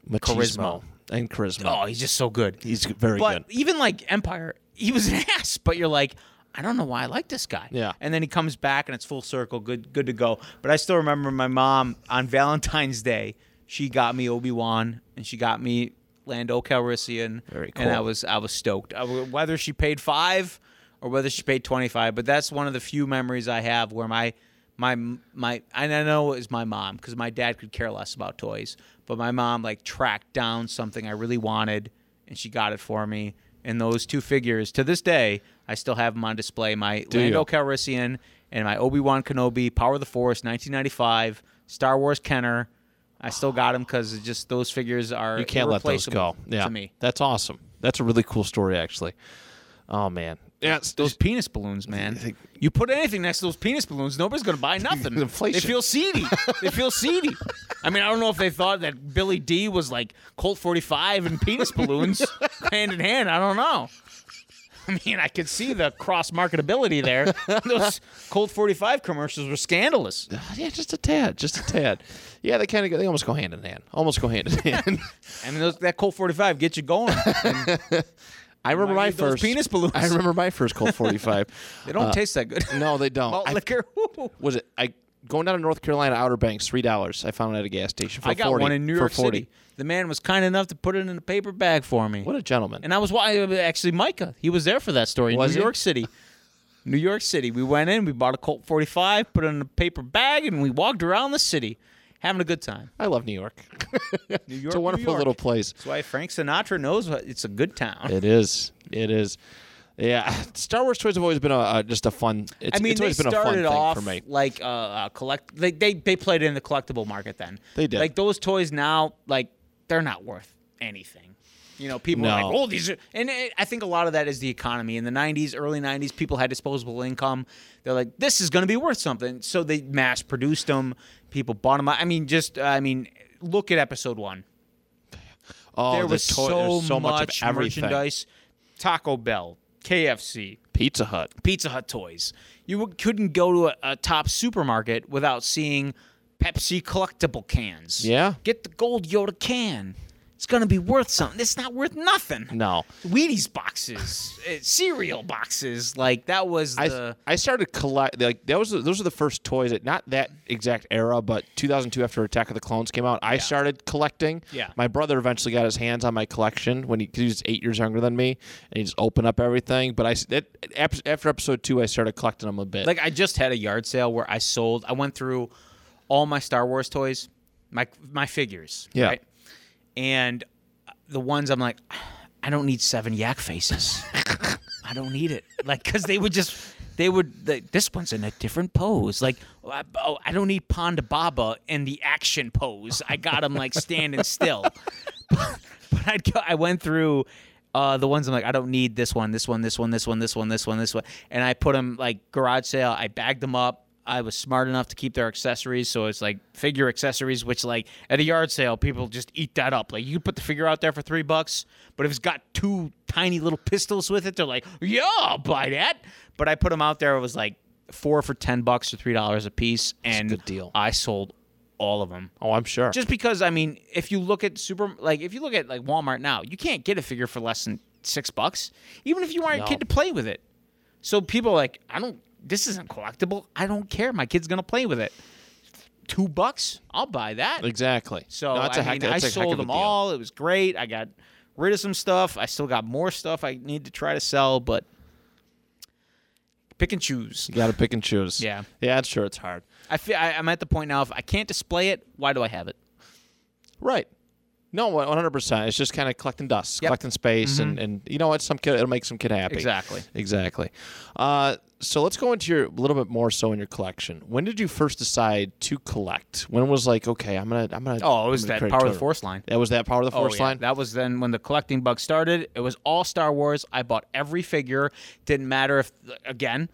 Speaker 2: Machismo
Speaker 3: Charisma.
Speaker 2: and charisma.
Speaker 3: Oh, he's just so good.
Speaker 2: He's very
Speaker 3: but
Speaker 2: good.
Speaker 3: even like Empire, he was an ass, but you're like I don't know why I like this guy.
Speaker 2: Yeah.
Speaker 3: And then he comes back and it's full circle, good good to go. But I still remember my mom on Valentine's Day, she got me Obi-Wan and she got me Lando Calrissian.
Speaker 2: Very
Speaker 3: And
Speaker 2: cool.
Speaker 3: I was I was stoked. I, whether she paid 5 or whether she paid 25, but that's one of the few memories I have where my my my and I know it was my mom because my dad could care less about toys, but my mom like tracked down something I really wanted and she got it for me. And those two figures to this day, I still have them on display. My Lando
Speaker 2: you?
Speaker 3: Calrissian and my Obi Wan Kenobi, Power of the Force, 1995, Star Wars Kenner. I still got them because just those figures are
Speaker 2: You can't let those go. Yeah.
Speaker 3: to me.
Speaker 2: That's awesome. That's a really cool story, actually. Oh man. Yeah. it's-
Speaker 3: Those penis balloons, man. You put anything next to those penis balloons, nobody's gonna buy nothing.
Speaker 2: Inflation.
Speaker 3: They feel seedy. they feel seedy. I mean, I don't know if they thought that Billy D was like Colt 45 and penis balloons hand in hand. I don't know. I mean, I could see the cross marketability there. Those Colt 45 commercials were scandalous.
Speaker 2: Yeah, just a tad, just a tad. Yeah, they kind of go. They almost go hand in hand. Almost go hand in hand.
Speaker 3: I mean, those, that Colt 45 gets you going. And
Speaker 2: I remember my
Speaker 3: need those
Speaker 2: first
Speaker 3: penis balloons.
Speaker 2: I remember my first Colt 45.
Speaker 3: they don't taste that good.
Speaker 2: no, they don't.
Speaker 3: Malt
Speaker 2: I-
Speaker 3: liquor. Woo.
Speaker 2: was it I going down to North Carolina Outer Banks three dollars? I found it at a gas station for
Speaker 3: I got
Speaker 2: 40,
Speaker 3: one in New
Speaker 2: for
Speaker 3: York
Speaker 2: 40.
Speaker 3: City. The man was kind enough to put it in a paper bag for me.
Speaker 2: What a gentleman!
Speaker 3: And I was why actually Micah. He was there for that story. in
Speaker 2: Was
Speaker 3: New
Speaker 2: he?
Speaker 3: York City. New York City. We went in, we bought a Colt 45, put it in a paper bag, and we walked around the city, having a good time.
Speaker 2: I love New York.
Speaker 3: New York,
Speaker 2: it's a
Speaker 3: New
Speaker 2: wonderful
Speaker 3: York.
Speaker 2: little place.
Speaker 3: That's why Frank Sinatra knows what, it's a good town.
Speaker 2: It is. It is. Yeah, Star Wars toys have always been a uh, just a fun. It's,
Speaker 3: I mean,
Speaker 2: it's
Speaker 3: they
Speaker 2: always been a fun
Speaker 3: started
Speaker 2: thing
Speaker 3: off
Speaker 2: for me.
Speaker 3: like uh, uh, collect. They, they they played in the collectible market then.
Speaker 2: They did.
Speaker 3: Like those toys now, like they're not worth anything. You know, people are
Speaker 2: No.
Speaker 3: like, "Oh, these," are, and it, I think a lot of that is the economy. In the '90s, early '90s, people had disposable income. They're like, "This is going to be worth something," so they mass produced them. People bought them. I mean, just I mean, look at episode one.
Speaker 2: Oh,
Speaker 3: there
Speaker 2: the
Speaker 3: was
Speaker 2: toy-
Speaker 3: so,
Speaker 2: there's so much of everything.
Speaker 3: merchandise. Taco Bell, KFC,
Speaker 2: Pizza Hut.
Speaker 3: Pizza Hut toys. You w- couldn't go to a, a top supermarket without seeing Pepsi collectible cans.
Speaker 2: Yeah.
Speaker 3: Get the gold Yoda can. It's gonna be worth something. It's not worth nothing.
Speaker 2: No.
Speaker 3: Wheaties boxes, eh, cereal boxes, like that was
Speaker 2: I,
Speaker 3: the.
Speaker 2: I started collect like that was those are the first toys that not that exact era but 2002 after Attack of the Clones came out I started collecting
Speaker 3: Yeah.
Speaker 2: my brother eventually got his hands on my collection when he, 'cause he was eight years younger than me and he just opened up everything but I s- that, ap- after episode two I started collecting them a bit
Speaker 3: Like I just had a yard sale where I sold. I went through all my Star Wars toys, my my figures.
Speaker 2: Yeah.
Speaker 3: Right? And the ones I'm like, I don't need seven yak faces. I don't need it. Like because they would just. They would. Like, this one's in a different pose. Like, I, oh, I don't need Ponda Baba in the action pose. I got him like standing still. but I'd go, I went through uh, the ones I'm like, I don't need this one, this one, this one, this one, this one, this one, this one, and I put them like garage sale. I bagged them up. I was smart enough to keep their accessories, so it's like figure accessories, which like at a yard sale, people just eat that up. Like you could put the figure out there for three bucks, but if it's got two tiny little pistols with it, they're like, yeah, I'll buy that. But I put them out there. It was like four for ten bucks or three dollars a piece, and
Speaker 2: good deal.
Speaker 3: I sold all of them
Speaker 2: oh I'm sure
Speaker 3: just because I mean, if you look at super, like if you look at like Walmart now, you can't get a figure for less than six bucks, even if you want
Speaker 2: No.
Speaker 3: your kid to play with it. So people are like, I don't. This isn't collectible. I don't care. My kid's gonna play with it. Two bucks, I'll buy that.
Speaker 2: exactly
Speaker 3: So
Speaker 2: No,
Speaker 3: I
Speaker 2: that's a heck,
Speaker 3: mean, I
Speaker 2: that's a heck of
Speaker 3: sold
Speaker 2: a
Speaker 3: them
Speaker 2: deal.
Speaker 3: all. It was great. I got rid of some stuff. I still got more stuff I need to try to sell, but pick and choose.
Speaker 2: you gotta pick and choose
Speaker 3: Yeah.
Speaker 2: yeah it's sure it's hard
Speaker 3: I feel I, I'm at the point now. If I can't display it, why do I have it?
Speaker 2: Right. No, one hundred percent. It's just kind of collecting dust,
Speaker 3: Yep. Mm-hmm.
Speaker 2: collecting space, and, and you know what? Some kid it'll make some kid happy.
Speaker 3: Exactly.
Speaker 2: Exactly. Uh, so let's go into your a little bit more so in your collection. When did you first decide to collect? When was like, okay, I'm gonna, I'm gonna.
Speaker 3: Oh, it was
Speaker 2: I'm gonna
Speaker 3: that
Speaker 2: create a
Speaker 3: Power of the
Speaker 2: totem.
Speaker 3: Force line.
Speaker 2: That was that power of the
Speaker 3: Oh,
Speaker 2: force
Speaker 3: yeah.
Speaker 2: line.
Speaker 3: That was then when the collecting bug started. It was all Star Wars. I bought every figure. Didn't matter if, again,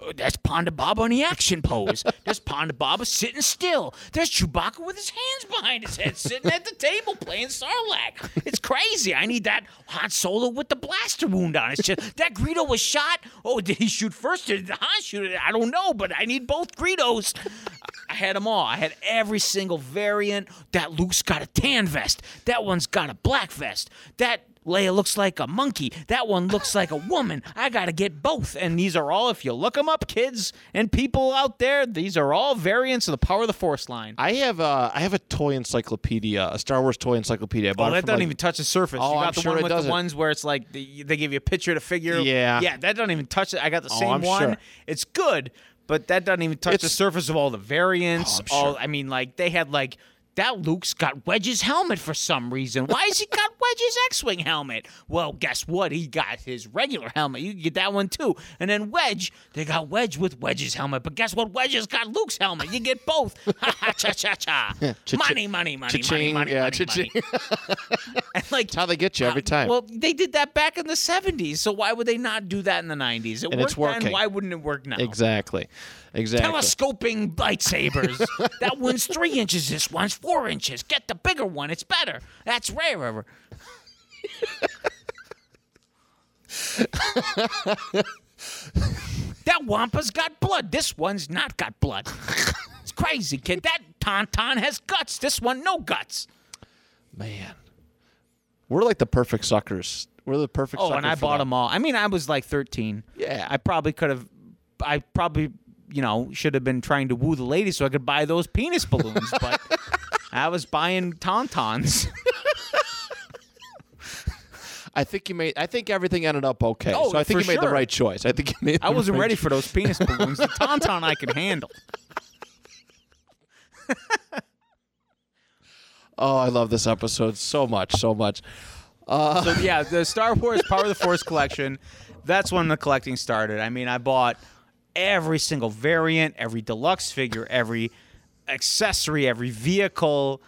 Speaker 3: oh, that's Ponda Baba in the action pose. There's Ponda Baba sitting still. There's Chewbacca with his hands behind his head, sitting at the table playing Sarlacc. It's crazy. I need that Han Solo with the blaster wound on his chest. That Greedo was shot. Oh, did he shoot first or did Han shoot it? I don't know, but I need both Greedos. I had them all. I had every single variant. That Luke's got a tan vest. That one's got a black vest. That Leia looks like a monkey. That one looks like a woman. I got to get both. And these are all, if you look them up, kids and people out there, these are all variants of the Power of the Force line.
Speaker 2: I have a, I have a toy encyclopedia, a Star Wars toy encyclopedia. I bought
Speaker 3: Oh,
Speaker 2: it
Speaker 3: that
Speaker 2: from,
Speaker 3: doesn't
Speaker 2: like-
Speaker 3: even touch the surface.
Speaker 2: Oh,
Speaker 3: you got
Speaker 2: I'm
Speaker 3: the
Speaker 2: sure
Speaker 3: one
Speaker 2: it
Speaker 3: with
Speaker 2: doesn't.
Speaker 3: the ones where it's like the, they give you a picture to figure.
Speaker 2: Yeah.
Speaker 3: yeah, that doesn't even touch it. I got the
Speaker 2: Oh,
Speaker 3: same
Speaker 2: I'm
Speaker 3: one.
Speaker 2: sure.
Speaker 3: It's good, but that doesn't even touch the
Speaker 2: It's-
Speaker 3: surface of all the variants.
Speaker 2: Oh, I'm
Speaker 3: All I mean, like they had like that Luke's got Wedge's helmet for some reason. Why has he got Wedge's X-wing helmet? Well, guess what? He got his regular helmet. You can get that one too. And then Wedge, they got Wedge with Wedge's helmet. But guess what? Wedge's got Luke's helmet. You get both. Ha ha cha cha cha. Money, money, money, money,
Speaker 2: Cha-ching.
Speaker 3: money,
Speaker 2: Yeah,
Speaker 3: money, money.
Speaker 2: cha-ching.
Speaker 3: And like
Speaker 2: That's how they get you every time.
Speaker 3: Ah, Well, they did that back in the '70s, so why would they not do that in the '90s? It
Speaker 2: And
Speaker 3: worked
Speaker 2: it's
Speaker 3: then.
Speaker 2: working.
Speaker 3: Why wouldn't it work now?
Speaker 2: exactly. Exactly.
Speaker 3: Telescoping lightsabers. that one's three inches. This one's four inches. Get the bigger one. It's better. That's rarer. that wampa's got blood. This one's not got blood. It's crazy, kid. That tauntaun has guts. This one, no guts.
Speaker 2: Man, we're like the perfect suckers. We're the perfect.
Speaker 3: Oh,
Speaker 2: sucker
Speaker 3: and I
Speaker 2: for
Speaker 3: bought
Speaker 2: that.
Speaker 3: them all. I mean, I was like 13.
Speaker 2: Yeah.
Speaker 3: I probably could have, I probably, you know, should have been trying to woo the lady so I could buy those penis balloons, but I was buying tauntauns.
Speaker 2: I think you made. I think everything ended up okay.
Speaker 3: Oh,
Speaker 2: so I think
Speaker 3: for
Speaker 2: you made the
Speaker 3: sure.
Speaker 2: right choice. I think you made.
Speaker 3: I
Speaker 2: the
Speaker 3: wasn't
Speaker 2: right
Speaker 3: ready for those penis balloons. The tauntaun I could handle.
Speaker 2: Oh, I love this episode so much, so much.
Speaker 3: So, yeah, the Star Wars Power of the Force collection, that's when the collecting started. I mean, I bought every single variant, every deluxe figure, every accessory, every vehicle.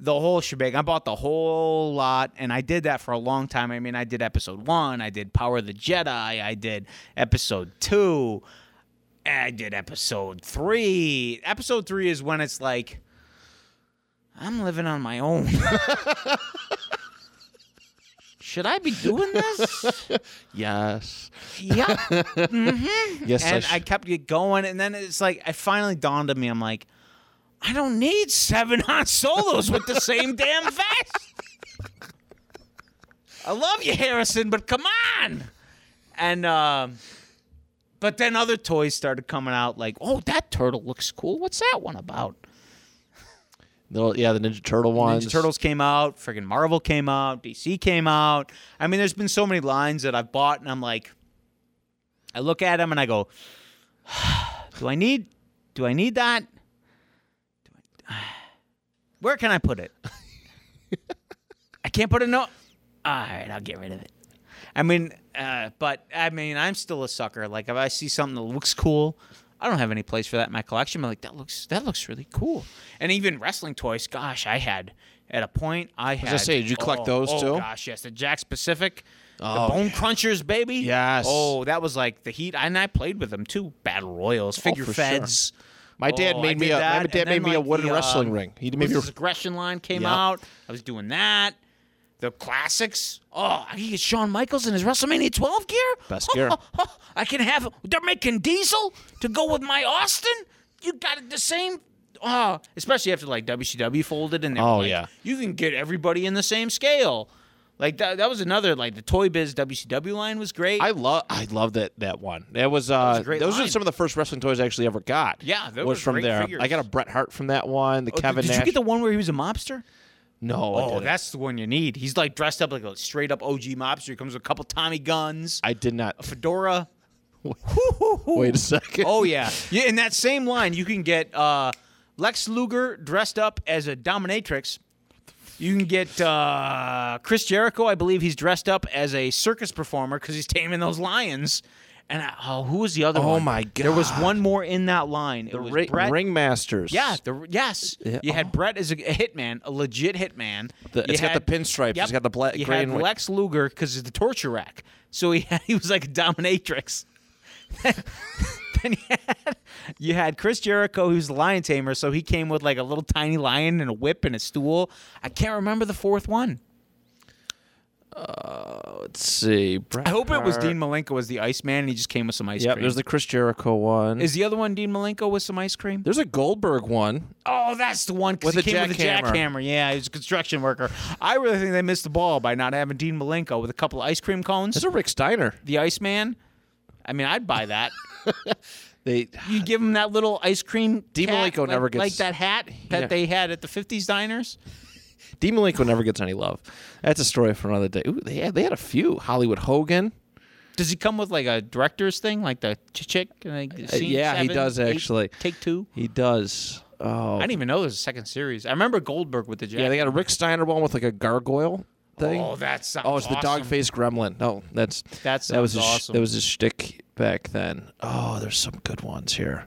Speaker 3: the whole shebang. I bought the whole lot, and I did that for a long time. I mean, I did episode one, I did Power of the Jedi, I did episode two, I did episode three. Episode three is when it's like, I'm living on my own. Should I be doing this?
Speaker 2: Yes.
Speaker 3: yeah.
Speaker 2: Yes.
Speaker 3: And
Speaker 2: sh-
Speaker 3: I kept it going, and then it's like it finally dawned on me. I'm like, I don't need seven Han Solos with the same damn vest. I love you, Harrison, but come on. And um, but then other toys started coming out. Like, oh, that turtle looks cool. What's that one about?
Speaker 2: No, yeah, the Ninja Turtle ones.
Speaker 3: Ninja Turtles came out, friggin' Marvel came out, DC came out. I mean, there's been so many lines that I've bought, and I'm like, I look at them and I go, do I need, do I need that? Do I, where can I put it? I can't put a note. All right, I'll get rid of it. I mean, uh, but I mean, I'm still a sucker. Like if I see something that looks cool, I don't have any place for that in my collection. I'm like, that looks that looks really cool. And even wrestling toys, gosh, I had at a point I had.
Speaker 2: gonna say, did you collect
Speaker 3: oh,
Speaker 2: those
Speaker 3: oh,
Speaker 2: too?
Speaker 3: gosh, yes, the Jack's Pacific,
Speaker 2: Oh,
Speaker 3: the Bone Crunchers, baby.
Speaker 2: Yes.
Speaker 3: Oh, that was like the heat, and I played with them too. Battle Royals, figure
Speaker 2: Oh, for sure.
Speaker 3: feds.
Speaker 2: my dad
Speaker 3: Oh, I
Speaker 2: made me
Speaker 3: did
Speaker 2: a
Speaker 3: that,
Speaker 2: my
Speaker 3: and
Speaker 2: dad made
Speaker 3: then,
Speaker 2: me a
Speaker 3: like,
Speaker 2: wooden
Speaker 3: the,
Speaker 2: wrestling
Speaker 3: um,
Speaker 2: ring. He made me
Speaker 3: Maybe aggression line came
Speaker 2: Yeah.
Speaker 3: out. I was doing that. The classics. Oh, I can get Shawn Michaels in his WrestleMania 12 gear.
Speaker 2: Best gear.
Speaker 3: I can have. They're making Diesel to go with my Austin. You got it the same. Oh, especially after like WCW folded and they were
Speaker 2: Oh,
Speaker 3: like,
Speaker 2: yeah.
Speaker 3: you can get everybody in the same scale. Like that, that was another like the Toy Biz WCW line was great.
Speaker 2: I love I love that that one. That was uh
Speaker 3: was a great
Speaker 2: those are
Speaker 3: line.
Speaker 2: some of the first wrestling toys I actually ever got.
Speaker 3: Yeah, they
Speaker 2: was
Speaker 3: were
Speaker 2: from
Speaker 3: great
Speaker 2: there.
Speaker 3: figures.
Speaker 2: I got a Bret Hart from that one. The
Speaker 3: Oh,
Speaker 2: Kevin
Speaker 3: did
Speaker 2: Nash.
Speaker 3: you get the one where he was a mobster?
Speaker 2: no, I
Speaker 3: Oh,
Speaker 2: didn't.
Speaker 3: that's the one you need. He's like dressed up like a straight up OG mobster. He comes with a couple Tommy guns,
Speaker 2: I did
Speaker 3: a
Speaker 2: not.
Speaker 3: fedora.
Speaker 2: Wait a second.
Speaker 3: Oh yeah, yeah. In that same line, you can get uh, Lex Luger dressed up as a dominatrix. You can get uh, Chris Jericho. I believe he's dressed up as a circus performer because he's taming those lions. And I, oh, who was the other
Speaker 2: Oh,
Speaker 3: one?
Speaker 2: my
Speaker 3: There was
Speaker 2: God.
Speaker 3: one more in that line. It was
Speaker 2: Ri-
Speaker 3: Brett.
Speaker 2: Ringmasters.
Speaker 3: Yeah, the, yes.
Speaker 2: Yeah, Oh.
Speaker 3: You had Brett as a, a hitman, a legit hitman.
Speaker 2: The-
Speaker 3: You
Speaker 2: it's got
Speaker 3: had-
Speaker 2: the pinstripes.
Speaker 3: Yep.
Speaker 2: It's got the black,
Speaker 3: You
Speaker 2: gray,
Speaker 3: had
Speaker 2: and white.
Speaker 3: Lex Luger because it's the torture rack. So he had, he was like a dominatrix. then you had, you had Chris Jericho, who's the lion tamer. So he came with like a little tiny lion and a whip and a stool. I can't remember the fourth one.
Speaker 2: Let's see. Bret
Speaker 3: I hope it was
Speaker 2: Hart.
Speaker 3: Dean Malenko was the Iceman, and he just came with some ice
Speaker 2: Yep.
Speaker 3: cream.
Speaker 2: There's the Chris Jericho one.
Speaker 3: Is the other one Dean Malenko with some ice cream?
Speaker 2: there's a Goldberg one.
Speaker 3: Oh, that's the one 'cause
Speaker 2: With
Speaker 3: he
Speaker 2: a
Speaker 3: came with a
Speaker 2: jackhammer.
Speaker 3: jackhammer. Yeah, he was a construction worker. I really think they missed the ball by not having Dean Malenko with a couple of ice cream cones.
Speaker 2: There's a Rick Steiner.
Speaker 3: the Iceman. I mean, I'd buy that.
Speaker 2: They
Speaker 3: you give him that little ice cream.
Speaker 2: Dean
Speaker 3: cat,
Speaker 2: Malenko
Speaker 3: like-
Speaker 2: never gets-
Speaker 3: like that hat that
Speaker 2: Yeah.
Speaker 3: they had at the '50s diners.
Speaker 2: Dean Malenko never gets any love. That's a story for another day. Ooh, they had, they had a few. Hollywood Hogan.
Speaker 3: Does he come with like a director's thing, like the ch- chick? Like, scene
Speaker 2: Uh, yeah, he
Speaker 3: seven,
Speaker 2: does
Speaker 3: eight,
Speaker 2: actually.
Speaker 3: Take two.
Speaker 2: He does. Oh,
Speaker 3: I didn't even know there was a second series. I remember Goldberg with the jacket.
Speaker 2: yeah. They got a Rick Steiner one with like a gargoyle thing.
Speaker 3: oh, that sounds.
Speaker 2: Oh, it's the dog
Speaker 3: awesome.
Speaker 2: faced gremlin. No, that's
Speaker 3: That
Speaker 2: that was
Speaker 3: sounds
Speaker 2: his, sh-
Speaker 3: awesome.
Speaker 2: That was his shtick back then. Oh, there's some good ones here.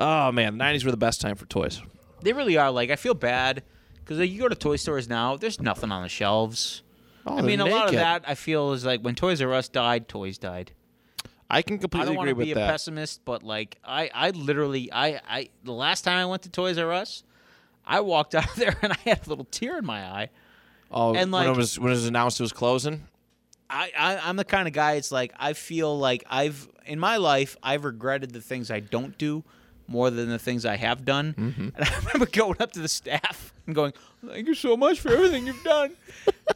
Speaker 2: Oh man, '90s were the best time for toys.
Speaker 3: They really are. Like, I feel bad because like, you go to toy stores now, there's nothing on the shelves.
Speaker 2: Oh,
Speaker 3: I
Speaker 2: they're
Speaker 3: mean, a lot of
Speaker 2: naked.
Speaker 3: that I feel is like when Toys R Us died, toys died.
Speaker 2: I can
Speaker 3: I
Speaker 2: completely
Speaker 3: don't want
Speaker 2: agree
Speaker 3: to
Speaker 2: with
Speaker 3: be a
Speaker 2: that.
Speaker 3: pessimist, but like I, I literally, I, I, the last time I went to Toys R Us, I walked out of there and I had a little tear in my eye.
Speaker 2: oh,
Speaker 3: and,
Speaker 2: when
Speaker 3: like-
Speaker 2: it was when it was announced it was closing.
Speaker 3: I, I, I'm the kind of guy. It's like I feel like I've in my life I've regretted the things I don't do more than the things I have done.
Speaker 2: Mm-hmm.
Speaker 3: And I remember going up to the staff and going, "Thank you so much for everything you've done."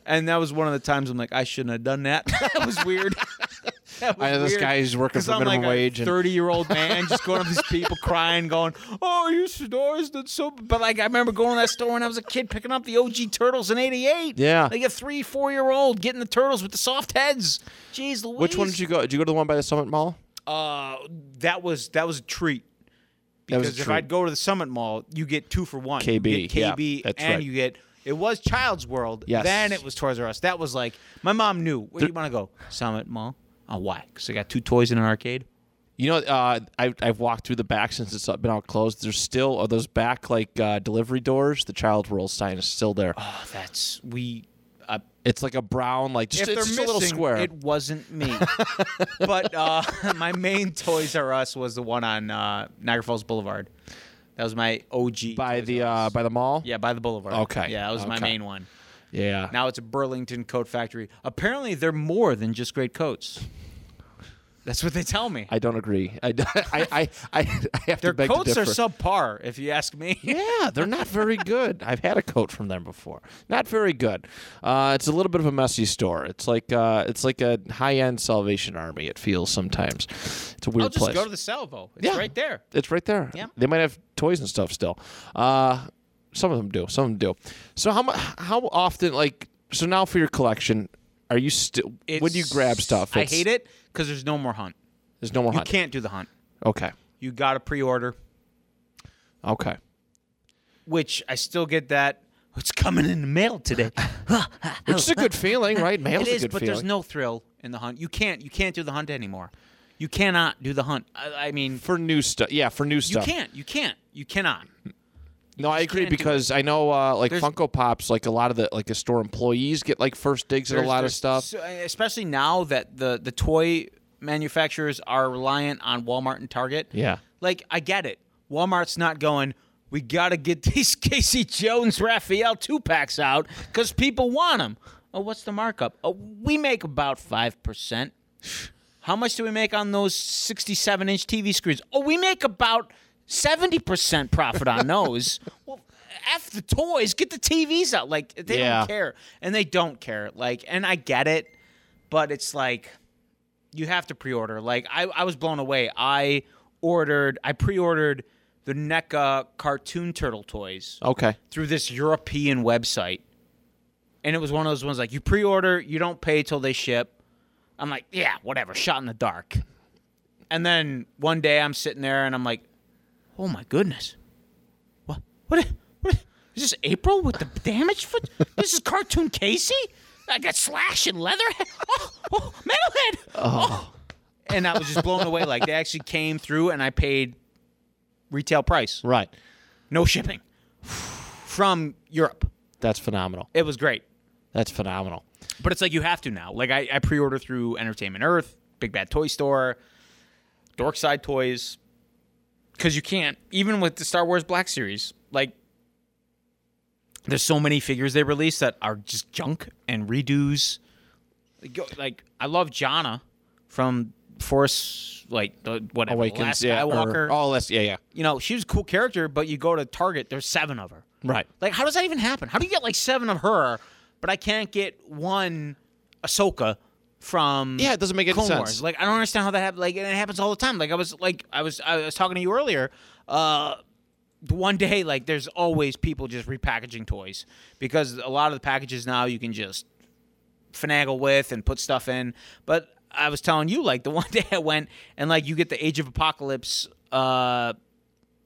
Speaker 3: and that was one of the times I'm like, I shouldn't have done that. that was weird. That was
Speaker 2: I know this
Speaker 3: weird.
Speaker 2: guy who's working
Speaker 3: 'Cause
Speaker 2: for
Speaker 3: I'm
Speaker 2: minimum
Speaker 3: like
Speaker 2: wage
Speaker 3: A
Speaker 2: and-
Speaker 3: Thirty-year-old man just going up to these people crying, going, "Oh, you stores did so." But like, I remember going to that store when I was a kid, picking up the OG Turtles in '88.
Speaker 2: Yeah.
Speaker 3: like a three, four-year-old getting the turtles with the soft heads. Jeez, Louise.
Speaker 2: Which one did you go? Did you go to the one by the Summit Mall?
Speaker 3: Uh, that was that was a treat.
Speaker 2: That was a
Speaker 3: Because if
Speaker 2: treat.
Speaker 3: I'd go to the Summit Mall, you get two for one.
Speaker 2: KB,
Speaker 3: you get KB,
Speaker 2: yeah, that's
Speaker 3: and
Speaker 2: right.
Speaker 3: you get it was Child's World.
Speaker 2: Yes.
Speaker 3: Then it was Toys R Us. That was like my mom knew. Where do you want to go? Summit Mall. Oh, why? Because I got two toys in an arcade.
Speaker 2: You know, uh, I've, I've walked through the back since it's been all closed. There's still are those back like uh, delivery doors. The child world sign is still there.
Speaker 3: Oh, that's we. Uh,
Speaker 2: It's like a brown, like just,
Speaker 3: if
Speaker 2: it's
Speaker 3: they're
Speaker 2: just
Speaker 3: missing,
Speaker 2: a little square.
Speaker 3: it wasn't me. but uh, my main Toys R Us was the one on uh, Niagara Falls Boulevard. That was my OG
Speaker 2: by
Speaker 3: Toys
Speaker 2: the
Speaker 3: R Us.
Speaker 2: uh, by the mall.
Speaker 3: yeah by the Boulevard.
Speaker 2: Okay,
Speaker 3: yeah, that was my
Speaker 2: okay.
Speaker 3: main one.
Speaker 2: yeah.
Speaker 3: Now it's a Burlington Coat Factory. Apparently, they're more than just great coats. That's what they tell me.
Speaker 2: I don't agree. I, I, I, I, I have
Speaker 3: Their
Speaker 2: to beg
Speaker 3: coats
Speaker 2: to
Speaker 3: are
Speaker 2: differ.
Speaker 3: subpar, if you ask me.
Speaker 2: Yeah, they're not very good. I've had a coat from them before. Not very good. Uh, it's a little bit of a messy store. It's like uh, it's like a high end Salvation Army. It feels sometimes. It's a weird
Speaker 3: I'll just
Speaker 2: place.
Speaker 3: go to the salvo. It's
Speaker 2: Yeah.
Speaker 3: right there.
Speaker 2: It's right there.
Speaker 3: Yeah.
Speaker 2: They might have toys and stuff still. Uh, some of them do. Some of them do. So how mu- how often like so now for your collection, are you still when do you
Speaker 3: It's-
Speaker 2: grab stuff?
Speaker 3: I hate it because there's no more hunt.
Speaker 2: There's no more
Speaker 3: You
Speaker 2: hunt.
Speaker 3: can't do the hunt.
Speaker 2: Okay.
Speaker 3: You got to pre-order,
Speaker 2: Okay.
Speaker 3: which I still get that. "Oh, It's coming in the mail today.
Speaker 2: Which is a good feeling, right? Mail's
Speaker 3: it is,
Speaker 2: a good
Speaker 3: but
Speaker 2: feeling.
Speaker 3: there's no thrill in the hunt. You can't. You can't do the hunt anymore. You cannot do the hunt. I, I mean,
Speaker 2: for new stuff. Yeah, for new
Speaker 3: you
Speaker 2: stuff.
Speaker 3: can't. You can't. You cannot.
Speaker 2: No, I agree
Speaker 3: can't do
Speaker 2: because I know uh, like
Speaker 3: There's-
Speaker 2: Funko Pops, like a lot of the like the store employees get like first digs at a
Speaker 3: There's-
Speaker 2: lot of
Speaker 3: there's-
Speaker 2: stuff.
Speaker 3: so- especially now that the the toy manufacturers are reliant on Walmart and Target.
Speaker 2: Yeah.
Speaker 3: Like I get it. Walmart's not going. We gotta get these Casey Jones Raphael two packs out because people want them. Oh, what's the markup? Oh, we make about five percent. How much do we make on those sixty-seven inch TV screens? Oh, we make about seventy percent profit on those. well, f the toys. Get the TVs out. Like they
Speaker 2: Yeah.
Speaker 3: don't care, and they don't care. Like, and I get it, but it's like you have to pre-order. Like I, I was blown away. I ordered, I pre-ordered the NECA cartoon turtle toys
Speaker 2: Okay,
Speaker 3: through this European website, and it was one of those ones like you pre-order, you don't pay till they ship. I'm like, yeah, whatever, shot in the dark. And then one day I'm sitting there and I'm like, oh my goodness, what, what, what is this April with the damage foot? this is cartoon Casey. I got slash and leather. Oh, oh metalhead. Oh. And I was just blown away. Like they actually came through and I paid retail price,
Speaker 2: right,
Speaker 3: no shipping from Europe.
Speaker 2: that's phenomenal.
Speaker 3: It was great.
Speaker 2: That's phenomenal.
Speaker 3: But it's like you have to now. Like I, I pre-order through Entertainment Earth, Big Bad Toy Store, Dorkside Toys, because you can't even with the Star Wars Black Series. Like there's so many figures they release that are just junk and redos. Like, go- like I love Jana from Force, like the whatever
Speaker 2: Awakens,
Speaker 3: Last
Speaker 2: yeah, or-
Speaker 3: Skywalker.
Speaker 2: oh, that's yeah, yeah,
Speaker 3: You know she was a cool character, but you go to Target, there's seven of her.
Speaker 2: right.
Speaker 3: Like, how does that even happen? How do you get like seven of her, but I can't get one Ahsoka from
Speaker 2: Yeah, it doesn't make any
Speaker 3: Clone
Speaker 2: sense.
Speaker 3: Wars? Like, I don't understand how that happened. Like, and it happens all the time. Like, I was like, I was I was talking to you earlier. Uh, one day, like, there's always people just repackaging toys because a lot of the packages now you can just finagle with and put stuff in. But I was telling you, like, the one day I went and like you get the Age of Apocalypse. Uh,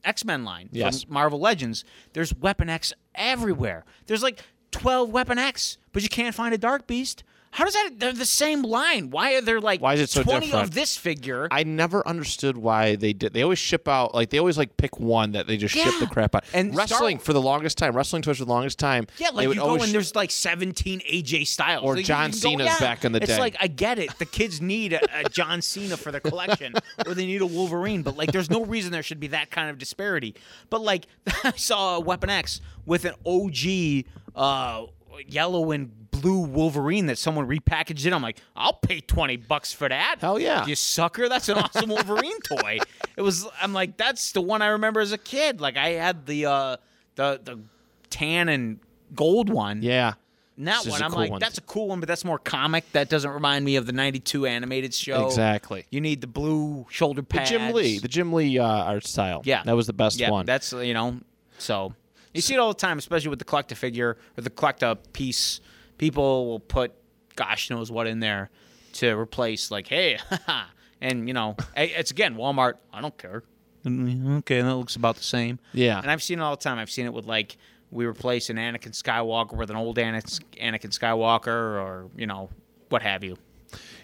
Speaker 3: X Men line
Speaker 2: Yes.
Speaker 3: from Marvel Legends. There's Weapon X everywhere. There's like 12 Weapon X, but you can't find a Dark Beast. How does that? They're the same line. Why are there like
Speaker 2: Why is it so
Speaker 3: 20
Speaker 2: different?
Speaker 3: of this figure?
Speaker 2: I never understood why they did. They always ship out like they always like pick one that they just ship
Speaker 3: Yeah.
Speaker 2: the crap out.
Speaker 3: And Star-
Speaker 2: wrestling for the longest time, wrestling toys for the longest time.
Speaker 3: yeah,
Speaker 2: they
Speaker 3: like you
Speaker 2: would
Speaker 3: go
Speaker 2: always
Speaker 3: and there's like 17 AJ Styles
Speaker 2: Or
Speaker 3: Like, you-
Speaker 2: John
Speaker 3: you can go,
Speaker 2: Cena's back in the
Speaker 3: it's
Speaker 2: day.
Speaker 3: like I get it. The kids need a, a John Cena for their collection, or they need a Wolverine. But like, there's no reason there should be that kind of disparity. But like, I saw a Weapon X with an OG uh, yellow and blue Wolverine that someone repackaged it. I'm like, I'll pay 20 bucks for that.
Speaker 2: Hell yeah.
Speaker 3: You sucker! That's an awesome Wolverine toy. It was. I'm like, that's the one I remember as a kid. Like I had the uh, the the tan and gold one.
Speaker 2: yeah.
Speaker 3: And that
Speaker 2: This is
Speaker 3: one,
Speaker 2: a
Speaker 3: I'm
Speaker 2: cool
Speaker 3: like,
Speaker 2: one.
Speaker 3: that's a cool one, but that's more comic. That doesn't remind me of the '92 animated show.
Speaker 2: Exactly.
Speaker 3: You need the blue shoulder pads.
Speaker 2: Jim Lee, the Jim Lee uh, art style.
Speaker 3: Yeah.
Speaker 2: that was the best
Speaker 3: yeah,
Speaker 2: one.
Speaker 3: that's you know. So you see it all the time, especially with the collector figure or the collector piece. People will put, gosh knows what in there, to replace like, hey, and you know, I- it's again Walmart. I don't care. Okay, that looks about the same.
Speaker 2: Yeah.
Speaker 3: and I've seen it all the time. I've seen it with like we replace an Anakin Skywalker with an old Ana- Anakin Skywalker, or you know, what have you.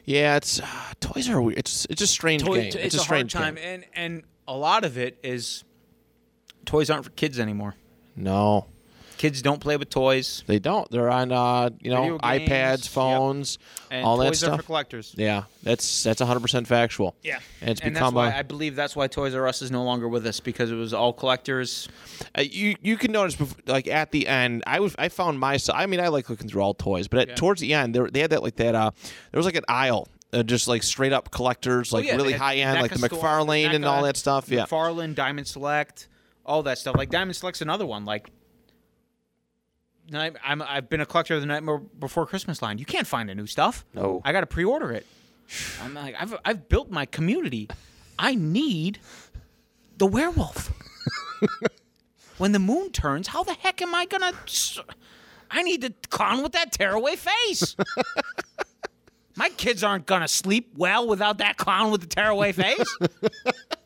Speaker 2: Yeah, it's uh, toys are weird. It's it's a strange
Speaker 3: Toy-
Speaker 2: game.
Speaker 3: it's,
Speaker 2: It's,
Speaker 3: a,
Speaker 2: strange
Speaker 3: hard time,
Speaker 2: game.
Speaker 3: and and a lot of it is toys aren't for kids anymore.
Speaker 2: No,
Speaker 3: Kids don't play with toys,
Speaker 2: they don't. They're on uh, you know
Speaker 3: Video games,
Speaker 2: iPads,
Speaker 3: yep.
Speaker 2: phones,
Speaker 3: and
Speaker 2: all
Speaker 3: toys
Speaker 2: that
Speaker 3: are
Speaker 2: stuff.
Speaker 3: for collectors.
Speaker 2: yeah, that's that's 100 percent factual.
Speaker 3: Yeah,
Speaker 2: and it's
Speaker 3: and
Speaker 2: become
Speaker 3: that's why
Speaker 2: a-
Speaker 3: I believe that's why Toys R Us is no longer with us because it was all collectors.
Speaker 2: Uh, you you can notice bef- like at the end I was I found myself I mean I like looking through all toys but at, towards the end there, they had that like that uh there was like an aisle uh, just like straight up collectors like
Speaker 3: Oh, yeah, they
Speaker 2: really
Speaker 3: had
Speaker 2: high end like the
Speaker 3: NECA store-
Speaker 2: McFarlane and
Speaker 3: NECA,
Speaker 2: all that stuff yeah
Speaker 3: McFarlane, Diamond Select, all that stuff. Like Diamond Select's another one. Like, I, am I've been a collector of the Nightmare Before Christmas line. You can't find the new stuff.
Speaker 2: No.
Speaker 3: I got to pre-order it. I'm like, I've I've built my community. I need the werewolf. when the moon turns, how the heck am I gonna? s- I need the clown with that tearaway face. My kids aren't gonna sleep well without that clown with the tearaway face.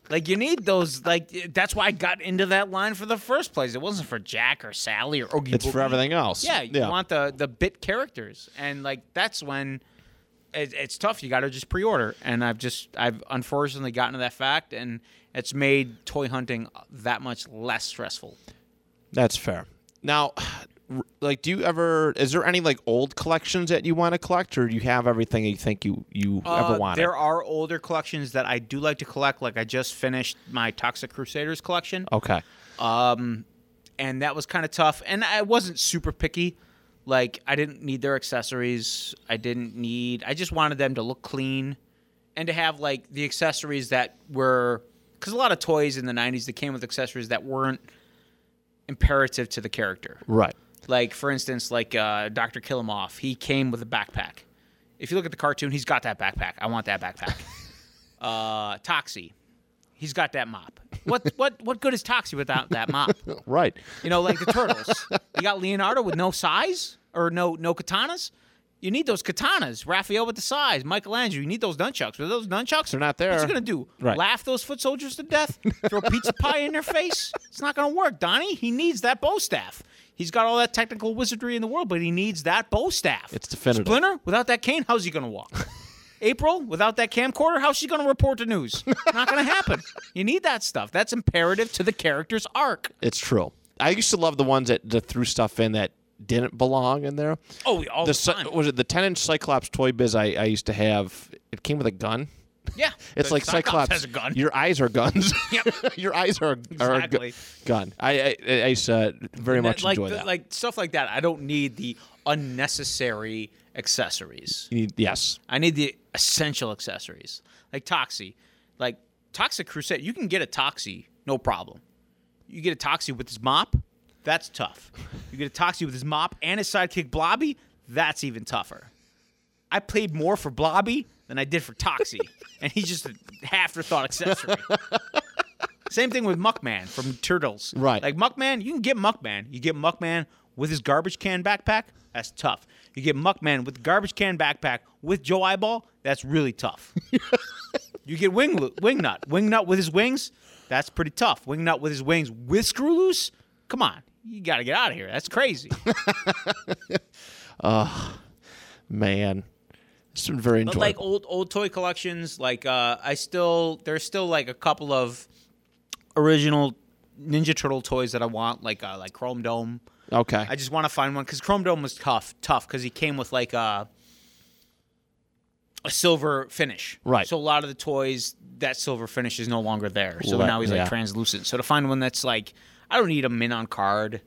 Speaker 3: like you need those. Like that's why I got into that line for the first place. It wasn't for Jack or Sally or Oogie.
Speaker 2: it's for
Speaker 3: Boogie.
Speaker 2: everything else
Speaker 3: Yeah, you want the the bit characters, and like that's when it, it's tough. You got to just pre-order, and I've just I've unfortunately gotten to that fact, and it's made toy hunting that much less stressful.
Speaker 2: that's fair now r- like do you ever is there any like old collections that you want to collect or do you have everything you think you you ever
Speaker 3: Uh,
Speaker 2: wanted
Speaker 3: There are older collections that I do like to collect. Like I just finished my Toxic Crusaders collection,
Speaker 2: okay
Speaker 3: and that was kind of tough. And I wasn't super picky. Like I didn't need their accessories. I didn't need. I just wanted them to look clean, and to have like the accessories that were. Because a lot of toys in the '90s that came with accessories that weren't imperative to the character.
Speaker 2: right
Speaker 3: Like for instance, like uh, Doctor Killamoff, he came with a backpack. If you look at the cartoon, he's got that backpack. I want that backpack. uh, Toxie, he's got that mop. What what what good is Toxie without that mop?
Speaker 2: right
Speaker 3: You know, like the turtles. you got Leonardo with no size or no no katanas. You need those katanas. Raphael with the size. Michelangelo. You need those nunchucks. With those nunchucks,
Speaker 2: They're not
Speaker 3: What's
Speaker 2: there.
Speaker 3: you gonna do?
Speaker 2: Right.
Speaker 3: Laugh those foot soldiers to death? Throw pizza pie in their face? It's not gonna work, Donnie. He needs that bow staff. He's got all that technical wizardry in the world, but he needs that bow staff.
Speaker 2: It's definitive.
Speaker 3: Splinter, without that cane, how's he gonna walk? April, without that camcorder, how's she gonna report the news? Not gonna happen. You need that stuff. That's imperative to the character's arc.
Speaker 2: it's true I used to love the ones that, that threw stuff in that didn't belong in there
Speaker 3: Oh, all the,
Speaker 2: the cy-
Speaker 3: time.
Speaker 2: was it the 10 inch Cyclops toy biz I, I used to have? It came with a gun.
Speaker 3: Yeah,
Speaker 2: It's
Speaker 3: the
Speaker 2: like Cyclops,
Speaker 3: has a gun.
Speaker 2: Your eyes are guns.
Speaker 3: Yep.
Speaker 2: your eyes are, are a gu-
Speaker 3: Exactly.
Speaker 2: gun. I I, I used to very much
Speaker 3: like
Speaker 2: enjoy
Speaker 3: the-
Speaker 2: that.
Speaker 3: like stuff like that. I don't need the unnecessary accessories.
Speaker 2: You need- yes,
Speaker 3: I need the essential accessories, like Toxie, like Toxic Crusade. You can get a Toxie, no problem. You get a Toxie with his mop, that's tough. You get a Toxie with his mop and his sidekick Blobby, that's even tougher. I played more for Blobby than I did for Toxie, and he's just an afterthought accessory. Same thing with Muckman from Turtles.
Speaker 2: Right.
Speaker 3: Like Muckman, you can get Muckman. You get Muckman with his garbage can backpack. That's tough. You get Muckman with garbage can backpack with Joe Eyeball. That's really tough. you get Wing Wingnut. Wingnut with his wings. That's pretty tough. Wingnut with his wings with screw loose. Come on, you got to get out of here. That's crazy.
Speaker 2: man, it's been very
Speaker 3: But
Speaker 2: enjoyable.
Speaker 3: like old old toy collections, like uh, I still there's still like a couple of original Ninja Turtle toys that I want, like uh, like Chrome Dome.
Speaker 2: okay,
Speaker 3: I just want to find one because Chrome Dome was tough, tough because he came with like a a silver finish,
Speaker 2: Right.
Speaker 3: So a lot of the toys that silver finish is no longer there, so
Speaker 2: Right,
Speaker 3: now he's like
Speaker 2: yeah.
Speaker 3: translucent. So to find one that's like, I don't need a mint on card.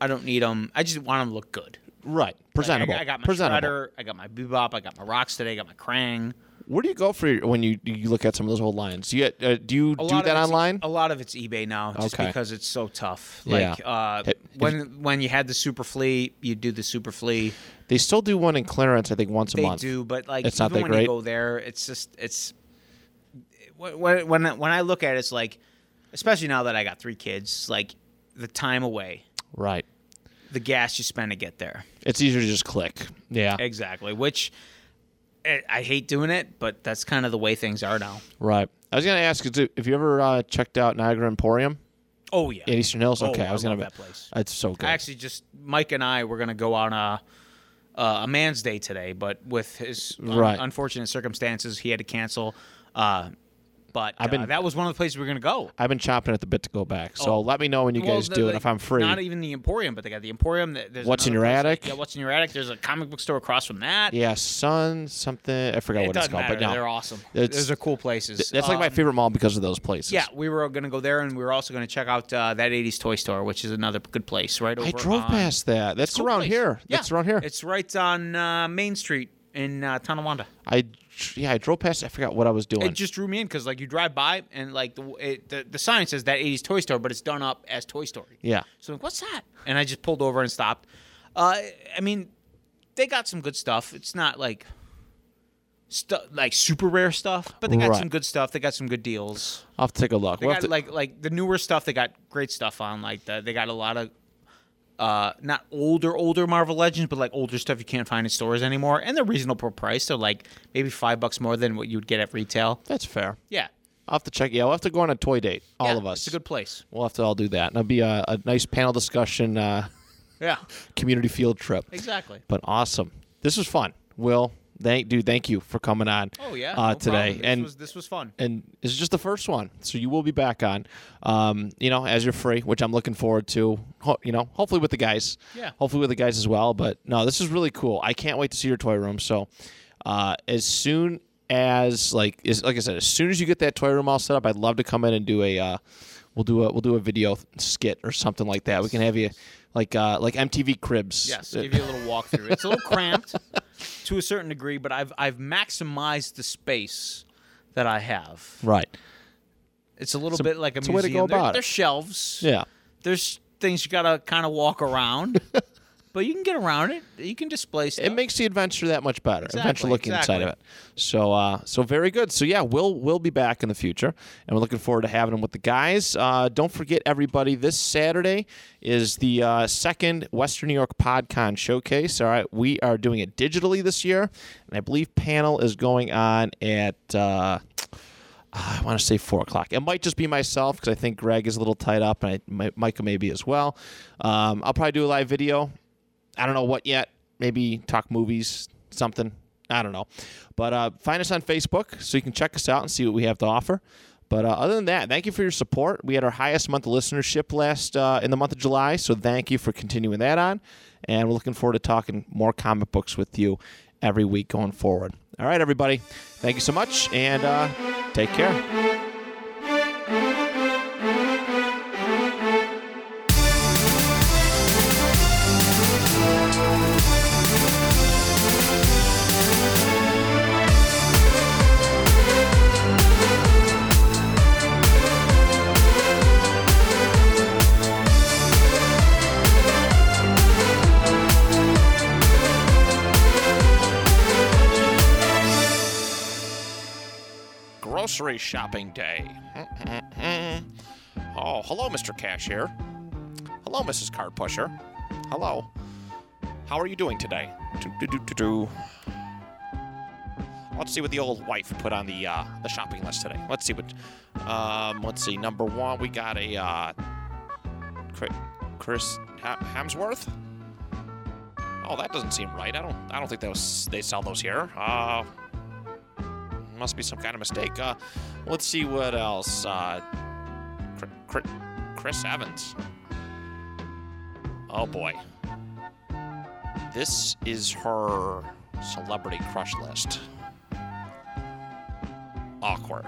Speaker 3: I don't need them. I just want them to look good.
Speaker 2: right,
Speaker 3: Like, I
Speaker 2: presentable.
Speaker 3: got- I got my
Speaker 2: presentable.
Speaker 3: Shredder, I got my Bebop, I got my Rocksteady, I got my Krang.
Speaker 2: Where do you go for your, when you you look at some of those old lines? Do you uh, do you
Speaker 3: A
Speaker 2: do
Speaker 3: lot of
Speaker 2: that
Speaker 3: it's- e-,
Speaker 2: online?
Speaker 3: A lot of it's eBay now, just
Speaker 2: Okay.
Speaker 3: because it's so tough.
Speaker 2: Yeah.
Speaker 3: Like uh,
Speaker 2: Hey,
Speaker 3: when when you had the Super Flea, you do the Super Flea.
Speaker 2: They still do one in clearance, I think, once a
Speaker 3: They
Speaker 2: month.
Speaker 3: do, but like
Speaker 2: It's not
Speaker 3: even
Speaker 2: that
Speaker 3: when
Speaker 2: great.
Speaker 3: you go there, it's just it's when when- when I- when I look at it, it's like, especially now that I got three kids, like the time away,
Speaker 2: Right,
Speaker 3: the gas you spend to get there.
Speaker 2: it's easier to just click. Yeah,
Speaker 3: Exactly, which. I I hate doing it, but that's kind of the way things are now.
Speaker 2: right. I was gonna ask is it- if you ever uh, checked out Niagara Emporium.
Speaker 3: Oh yeah,
Speaker 2: In Eastern Hills.
Speaker 3: Oh,
Speaker 2: Okay, I was gonna
Speaker 3: love that place.
Speaker 2: It's so good.
Speaker 3: I actually just Mike and I were gonna go on a uh, a man's day today, but with his un-
Speaker 2: Right.
Speaker 3: unfortunate circumstances, he had to cancel. Uh, but uh,
Speaker 2: been-
Speaker 3: that was one of the places we were going to go.
Speaker 2: I've been chomping at the bit to go back. So
Speaker 3: Oh.
Speaker 2: let me know when you
Speaker 3: Well,
Speaker 2: guys
Speaker 3: the-
Speaker 2: do it
Speaker 3: the-
Speaker 2: if I'm free.
Speaker 3: Not e- even the Emporium, but they got the Emporium. th- There's
Speaker 2: What's in
Speaker 3: another
Speaker 2: your
Speaker 3: place-
Speaker 2: attic?
Speaker 3: Yeah, what's in your attic? There's a comic book store across from that.
Speaker 2: yeah, Sun something. I forgot
Speaker 3: it
Speaker 2: what it's
Speaker 3: doesn't
Speaker 2: called,
Speaker 3: matter.
Speaker 2: but no,
Speaker 3: They're awesome.
Speaker 2: It's-
Speaker 3: Those are cool places.
Speaker 2: That's like my
Speaker 3: Um,
Speaker 2: favorite mall because of those places.
Speaker 3: Yeah, we were going to go there, and we were also going to check out uh, that '80s toy store, which is another good place, right? Over
Speaker 2: I drove
Speaker 3: on-
Speaker 2: past that. That's
Speaker 3: Cool
Speaker 2: around
Speaker 3: place.
Speaker 2: here.
Speaker 3: Yeah.
Speaker 2: That's around here.
Speaker 3: It's right on uh, Main Street in uh, Tonawanda.
Speaker 2: I yeah, I drove past. I forgot what I was doing.
Speaker 3: It just drew me in because like you drive by and like the, it, the the sign says that '80s toy store, but it's done up as Toy Story.
Speaker 2: yeah,
Speaker 3: So I'm like, what's that? And I just pulled over and stopped. Uh, I mean, they got some good stuff. It's not like stu- like super rare stuff, but they got
Speaker 2: Right.
Speaker 3: some good stuff. They got some good deals.
Speaker 2: I'll have to take a look.
Speaker 3: They
Speaker 2: We'll
Speaker 3: got
Speaker 2: have to-
Speaker 3: like like the newer stuff. They got great stuff on. Like the, they got a lot of. Uh, not older, older Marvel Legends, but like older stuff you can't find in stores anymore, and they're reasonable price. They're like maybe five bucks more than what you would get at retail.
Speaker 2: that's fair.
Speaker 3: Yeah,
Speaker 2: I'll have to check. Yeah, we'll have to go on a toy date. All
Speaker 3: Yeah,
Speaker 2: of us.
Speaker 3: It's a good place.
Speaker 2: we'll have to all do that. And it'll be a, a nice panel discussion, uh,
Speaker 3: Yeah,
Speaker 2: community field trip.
Speaker 3: exactly.
Speaker 2: But awesome. This was fun. Will, thank dude, thank you for coming on.
Speaker 3: Oh yeah.
Speaker 2: uh,
Speaker 3: no problem.
Speaker 2: today
Speaker 3: This
Speaker 2: and
Speaker 3: was, this was fun.
Speaker 2: and this is just the first one, so you will be back on. Um, you know, as you're free, which I'm looking forward to. Ho- you know, hopefully with the guys.
Speaker 3: Yeah.
Speaker 2: Hopefully with the guys as well. But no, this is really cool. I can't wait to see your toy room. So, uh, as soon as like is like I said, as soon as you get that toy room all set up, I'd love to come in and do a. Uh, We'll do a we'll do a video skit or something like that. We can have you like uh, like MTV Cribs.
Speaker 3: Yes,
Speaker 2: Uh,
Speaker 3: give you a little walkthrough. It's a little cramped to a certain degree, but I've I've maximized the space that I have.
Speaker 2: right.
Speaker 3: It's a little bit like a
Speaker 2: it's a way to
Speaker 3: museum.
Speaker 2: go
Speaker 3: There-
Speaker 2: about it.
Speaker 3: There's shelves.
Speaker 2: Yeah.
Speaker 3: There's things you gotta kind of walk around, but you can get around it. You can display stuff.
Speaker 2: it makes the adventure that much better. adventure
Speaker 3: Exactly,
Speaker 2: looking inside of it.
Speaker 3: exactly.
Speaker 2: So uh, so very good. So yeah, we'll we'll be back in the future, and we're looking forward to having him with the guys. Uh, don't forget everybody, this Saturday is the uh, second Western New York PodCon showcase. All right, we are doing it digitally this year, and I believe panel is going on at. Uh, I want to say four o'clock. It might just be myself because I think Greg is a little tied up, and I, Mi- Micah maybe as well. Um, I'll probably do a live video. I don't know what yet. Maybe talk movies, something. I don't know. But uh, find us on Facebook so you can check us out and see what we have to offer. But uh, other than that, thank you for your support. We had our highest month of listenership last uh, in the month of July, so thank you for continuing that on. And we're looking forward to talking more comic books with you every week going forward. All right, everybody, thank you so much, and uh, take care. grocery shopping day. oh, hello, Mr. Cashier. Hello, Mrs. Card Pusher. Hello. How are you doing today? Do-do-do-do-do. Let's see what the old wife put on the uh, the shopping list today. Let's see what. Um, let's see. Number one, we got a uh, Chri- Chris Ha- Hemsworth. Oh, that doesn't seem right. I don't. I don't think that was, they sell those here. Uh, must be some kind of mistake. Uh, let's see what else. Uh, Cr- Cr- Chris Evans. Oh boy. This is her celebrity crush list. Awkward.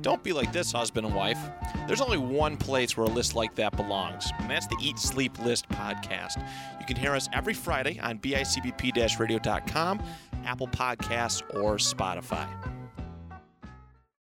Speaker 2: Don't be like this, husband and wife. There's only one place where a list like that belongs, and that's the Eat Sleep List podcast. You can hear us every Friday on bicbp-radio.com, Apple Podcasts, or Spotify.